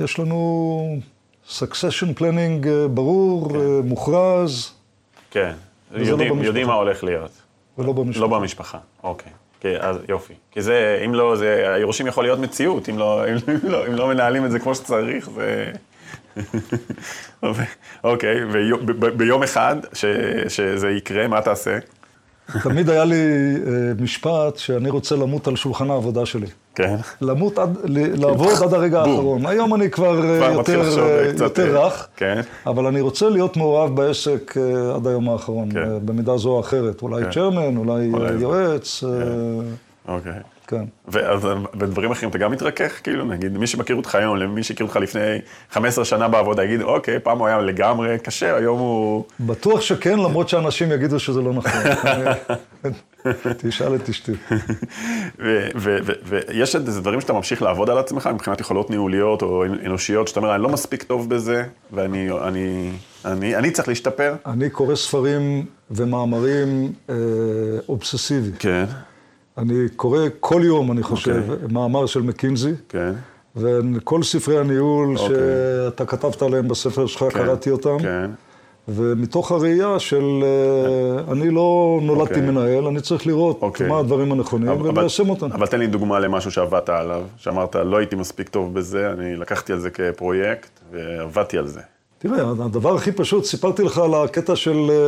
Speaker 3: אה, יש לנו succession planning אה, ברור, אה, מוכרז,
Speaker 2: כן.
Speaker 3: לא
Speaker 2: יודעים,
Speaker 3: במשפחה.
Speaker 2: יודעים מה הולך להיות.
Speaker 3: ולא במשפט.
Speaker 2: לא במשפחה, אוקיי. כן, אז יופי. כי זה, אם לא, זה, היורשים יכול להיות מציאות, אם לא, אם לא, אם לא מנהלים את זה כמו שצריך, זה... אוקיי, וביום אחד ש, שזה יקרה, מה תעשה?
Speaker 3: תמיד היה לי אה, משפט שאני רוצה למות על שולחן העבודה שלי.
Speaker 2: כן.
Speaker 3: למות עד, ל- לעבוד עד הרגע
Speaker 2: בום.
Speaker 3: האחרון. היום אני כבר אה,
Speaker 2: כבר מתחיל
Speaker 3: יותר,
Speaker 2: לחשוב,
Speaker 3: אה,
Speaker 2: קצת,
Speaker 3: יותר
Speaker 2: אה,
Speaker 3: רך,
Speaker 2: כן.
Speaker 3: אבל אני רוצה להיות מעורב בעסק אה, עד היום האחרון,
Speaker 2: כן.
Speaker 3: אה, במידה זו או אחרת. אולי
Speaker 2: כן.
Speaker 3: צ'רמן, אולי
Speaker 2: אולי
Speaker 3: אה,
Speaker 2: זה.
Speaker 3: יועץ, אה,
Speaker 2: אוקיי.
Speaker 3: כן.
Speaker 2: ואז בדברים אחרים אתה גם מתרכך? כאילו, נגיד, מי שמכיר אותך היום, למי שהכיר אותך לפני 15 שנה בעבודה, יגיד, אוקיי, פעם הוא היה לגמרי קשה, היום הוא...
Speaker 3: בטוח שכן, למרות שאנשים יגידו שזה לא נכון. אה, תשאל את אשתי.
Speaker 2: ויש איזה דברים שאתה ממשיך לעבוד על עצמך מבחינת יכולות ניהוליות או אנושיות, שאתה אומר, אני לא מספיק טוב בזה, ואני אני, אני, אני צריך להשתפר.
Speaker 3: אני קורא ספרים ומאמרים אה, אובססיבי.
Speaker 2: כן,
Speaker 3: אני קורא כל יום, אני חושב,
Speaker 2: אוקיי.
Speaker 3: מאמר של מקינזי.
Speaker 2: כן.
Speaker 3: וכל ספרי הניהול okay.
Speaker 2: אוקיי.
Speaker 3: שאתה כתבת עליהם בספר שלך,
Speaker 2: כן,
Speaker 3: כן, קראתי אותם, כן.
Speaker 2: כן,
Speaker 3: ומתוך הראייה של אה, אני לא נולדתי
Speaker 2: אוקיי.
Speaker 3: okay. מנהל, אני צריך לראות okay.
Speaker 2: אוקיי.
Speaker 3: מה הדברים הנכונים
Speaker 2: אבל-
Speaker 3: וליישם
Speaker 2: אבל-
Speaker 3: אותם.
Speaker 2: אבל תן לי דוגמה למשהו שעבדת עליו, שאמרת, לא הייתי מספיק טוב בזה, אני לקחתי על זה כפרויקט ועבדתי על זה.
Speaker 3: תראה, הדבר הכי פשוט, סיפרתי לך על הקטע של אה,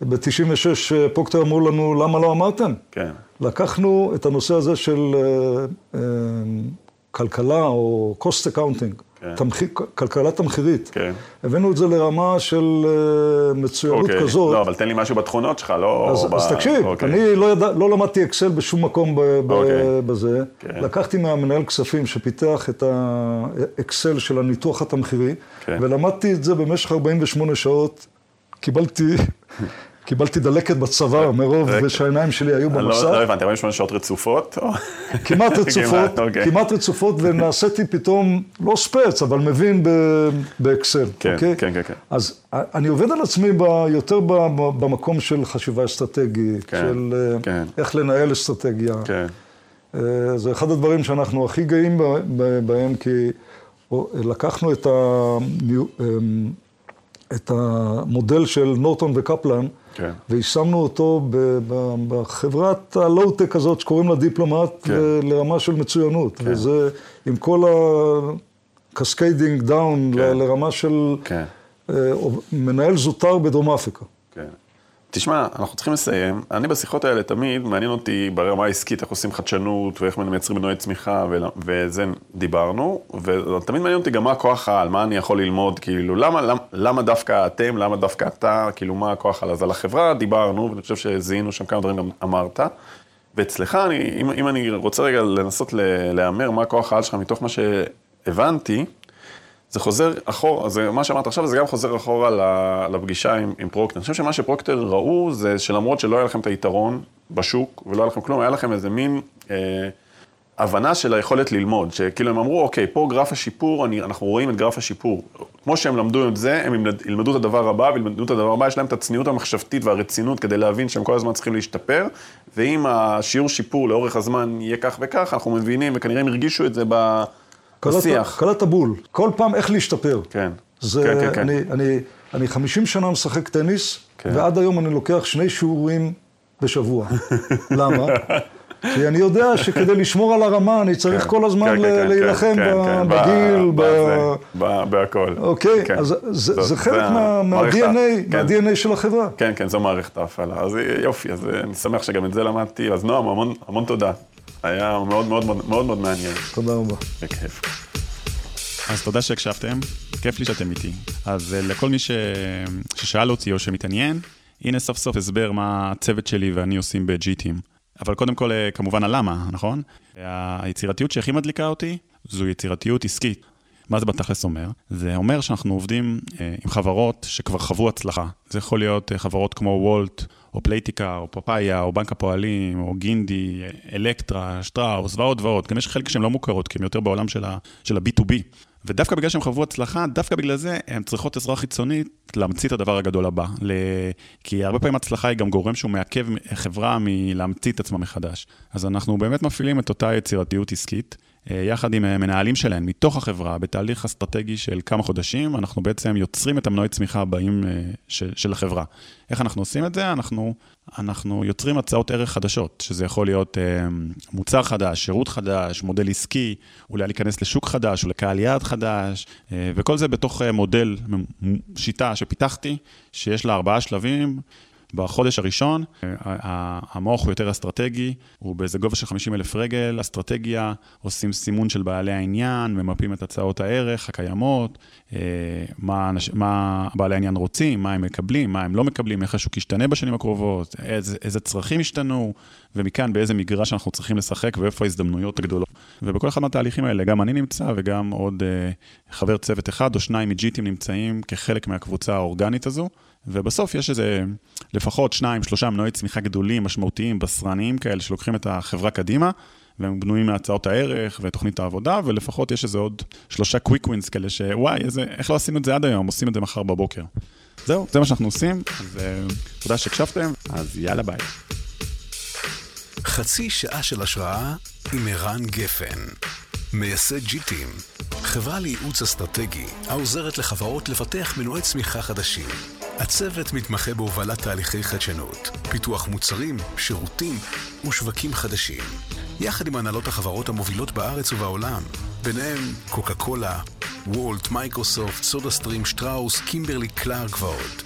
Speaker 3: ב-96 אה, פוקטר אמרו לנו, למה לא אמרתם?
Speaker 2: כן,
Speaker 3: לקחנו את הנושא הזה של אה, אה, כלכלה או cost accounting,
Speaker 2: כן.
Speaker 3: תמחי, כלכלה תמחירית.
Speaker 2: כן.
Speaker 3: הבאנו את זה לרמה של אה, מצוינות
Speaker 2: אוקיי.
Speaker 3: כזאת.
Speaker 2: לא, אבל תן לי משהו בתכונות שלך, לא...
Speaker 3: אז,
Speaker 2: ב-
Speaker 3: אז תקשיב,
Speaker 2: אוקיי.
Speaker 3: אני לא, ידע, לא למדתי אקסל בשום מקום ב, ב,
Speaker 2: אוקיי.
Speaker 3: בזה.
Speaker 2: כן.
Speaker 3: לקחתי מהמנהל כספים שפיתח את האקסל של הניתוח התמחירי,
Speaker 2: כן.
Speaker 3: ולמדתי את זה במשך 48 שעות. קיבלתי, קיבלתי דלקת בצוואר מרוב
Speaker 2: רגע.
Speaker 3: זה שהעיניים שלי היו
Speaker 2: לא,
Speaker 3: במסך.
Speaker 2: לא הבנתי, 48 שעות רצופות? או-
Speaker 3: כמעט רצופות,
Speaker 2: אוקיי.
Speaker 3: כמעט רצופות, ונעשיתי פתאום, לא ספץ, אבל מבין ב- באקסל,
Speaker 2: כן,
Speaker 3: אוקיי?
Speaker 2: כן, כן, כן.
Speaker 3: אז א- אני עובד על עצמי ב, יותר ב, ב- במקום של חשיבה אסטרטגית,
Speaker 2: כן,
Speaker 3: של אה,
Speaker 2: כן.
Speaker 3: איך לנהל אסטרטגיה.
Speaker 2: כן.
Speaker 3: אה, זה אחד הדברים שאנחנו הכי גאים ב, ב, בהם, כי או- לקחנו את, ה, אמ, את המודל של נורטון וקפלן,
Speaker 2: כן.
Speaker 3: ויישמנו אותו ב- ב- בחברת הלואו-טק הזאת שקוראים לה דיפלומט,
Speaker 2: כן.
Speaker 3: ל- לרמה של מצוינות. וזה עם כל הקסקיידינג דאון
Speaker 2: כן.
Speaker 3: לרמה של
Speaker 2: כן.
Speaker 3: אה, מנהל זוטר בדרום אפריקה.
Speaker 2: כן. תשמע, אנחנו צריכים לסיים. אני בשיחות האלה תמיד מעניין אותי ברמה העסקית, איך עושים חדשנות, ואיך מייצרים מנועי צמיחה, ול- וזה דיברנו, ותמיד מעניין אותי גם מה הכוח העל, מה אני יכול ללמוד, כאילו, למה, למה, למה דווקא אתם, למה דווקא אתה, כאילו, מה הכוח העל. אז על החברה דיברנו, ואני חושב שזיהינו שם כמה דברים גם אמרת. ואצלך, אני, אם, אם אני רוצה רגע לנסות ל- להמר מה הכוח העל שלך מתוך מה שהבנתי, זה חוזר אחורה, זה מה שאמרת עכשיו, זה גם חוזר אחורה ל- לפגישה עם, עם פרוקטר. אני חושב שמה שפרוקטר ראו זה שלמרות שלא היה לכם את היתרון בשוק ולא היה לכם כלום, היה לכם איזה מין אה, הבנה של היכולת ללמוד, שכאילו הם אמרו, אוקיי, פה גרף השיפור, אני, אנחנו רואים את גרף השיפור. כמו שהם למדו את זה, הם ילמד- ילמדו את הדבר הבא, וילמדו את הדבר הבא, יש להם את הצניעות המחשבתית והרצינות כדי להבין שהם כל הזמן צריכים להשתפר, ואם השיעור שיפור לאורך הזמן יהיה כך וכך, אנחנו מבינים, וכנראה הם הרגישו את זה ב-
Speaker 3: קלעת-
Speaker 2: בשיח.
Speaker 3: קלעת בול. כל פעם איך להשתפר.
Speaker 2: כן.
Speaker 3: זה,
Speaker 2: כן, כן, כן.
Speaker 3: אני, אני, אני 50 שנה משחק טניס,
Speaker 2: כן.
Speaker 3: ועד היום אני לוקח שני שיעורים בשבוע. למה? כי אני יודע שכדי לשמור על הרמה, אני צריך
Speaker 2: כן,
Speaker 3: כל הזמן
Speaker 2: כן,
Speaker 3: ל-
Speaker 2: כן,
Speaker 3: להילחם
Speaker 2: כן,
Speaker 3: ב-
Speaker 2: כן,
Speaker 3: בגיל,
Speaker 2: ב-
Speaker 3: ב...
Speaker 2: בזה, ב- בהכל.
Speaker 3: אוקיי,
Speaker 2: כן.
Speaker 3: אז זה,
Speaker 2: זאת-
Speaker 3: זה חלק
Speaker 2: ה-
Speaker 3: מה-
Speaker 2: מערכת ה-
Speaker 3: מה-DNA
Speaker 2: כן.
Speaker 3: מה-DNA של החברה.
Speaker 2: כן, כן, זו מערכת ההפעלה. אז יופי, אז אני שמח שגם את זה למדתי. אז נועם, המון, המון תודה. היה מאוד מאוד מאוד מאוד, מאוד מעניין.
Speaker 3: תודה רבה.
Speaker 2: בכיף.
Speaker 4: אז תודה שהקשבתם, כיף לי שאתם איתי. אז אה, לכל מי ש... ששאל אותי או שמתעניין, הנה סוף סוף הסבר מה הצוות שלי ואני עושים ב-G-Team. אבל קודם כל, אה, כמובן הלמה, נכון? היצירתיות שהכי מדליקה אותי, זו יצירתיות עסקית. מה זה בתכלס אומר? זה אומר שאנחנו עובדים אה, עם חברות שכבר חוו הצלחה. זה יכול להיות אה, חברות כמו וולט, או פלייטיקה, או פאפאיה, או בנק הפועלים, או גינדי, אה, אלקטרה, שטראוס, ועוד ועוד. גם יש חלק שהן לא מוכרות, כי הן יותר בעולם של ה- של ה-B2B. ודווקא בגלל שהם חוו הצלחה, דווקא בגלל זה הן צריכות עזרה חיצונית להמציא את הדבר הגדול הבא. ל... כי הרבה פעמים הצלחה היא גם גורם שהוא מעכב חברה מלהמציא את עצמה מחדש. אז אנחנו באמת מפעילים את אותה יצירתיות עסקית. אה, יחד עם אה, מנהלים שלהם מתוך החברה, בתהליך אסטרטגי של כמה חודשים, אנחנו בעצם יוצרים את המנועי צמיחה הבאים אה, ש- של החברה. איך אנחנו עושים את זה? אנחנו, אנחנו יוצרים הצעות ערך חדשות, שזה יכול להיות אה, מוצר חדש, שירות חדש, מודל עסקי, אולי להיכנס לשוק חדש או לקהל יעד חדש, אה, וכל זה בתוך אה, מודל, מ- מ- שיטה שפיתחתי, שיש לה ארבעה שלבים. בחודש הראשון, אה, ה- ה- המוח הוא יותר אסטרטגי, הוא באיזה גובה של 50 אלף רגל, אסטרטגיה, עושים סימון של בעלי העניין, ממפים את הצעות הערך הקיימות, אה, מה, האנש- מה בעלי העניין רוצים, מה הם מקבלים, מה הם לא מקבלים, איך השוק ישתנה בשנים הקרובות, איזה, איזה צרכים ישתנו, ומכאן באיזה מגרש אנחנו צריכים לשחק ואיפה ההזדמנויות הגדולות. ובכל אחד מהתהליכים האלה, גם אני נמצא וגם עוד אה, חבר צוות אחד או שניים מג'יטים נמצאים כחלק מהקבוצה האורגנית הזו. ובסוף יש איזה לפחות שניים, שלושה מנועי צמיחה גדולים, משמעותיים, בשרניים כאלה, שלוקחים את החברה קדימה, והם בנויים מהצעות הערך ותוכנית העבודה, ולפחות יש איזה עוד שלושה קוויק ווינס כאלה, שוואי, איזה, איך לא עשינו את זה עד היום, עושים את זה מחר בבוקר. זהו, זה מה שאנחנו עושים, אז אה, תודה שהקשבתם, אז יאללה ביי.
Speaker 1: חצי שעה של השראה עם ערן גפן, מייסד ג'יטים, חברה לייעוץ אסטרטגי העוזרת לחברות לפתח מנועי צמיחה חדשים. הצוות מתמחה בהובלת תהליכי חדשנות, פיתוח מוצרים, שירותים ושווקים חדשים, יחד עם הנהלות החברות המובילות בארץ ובעולם, ביניהם קוקה קולה, וולט, מייקרוסופט, סודה סטרים, שטראוס, קימברלי קלארק ועוד.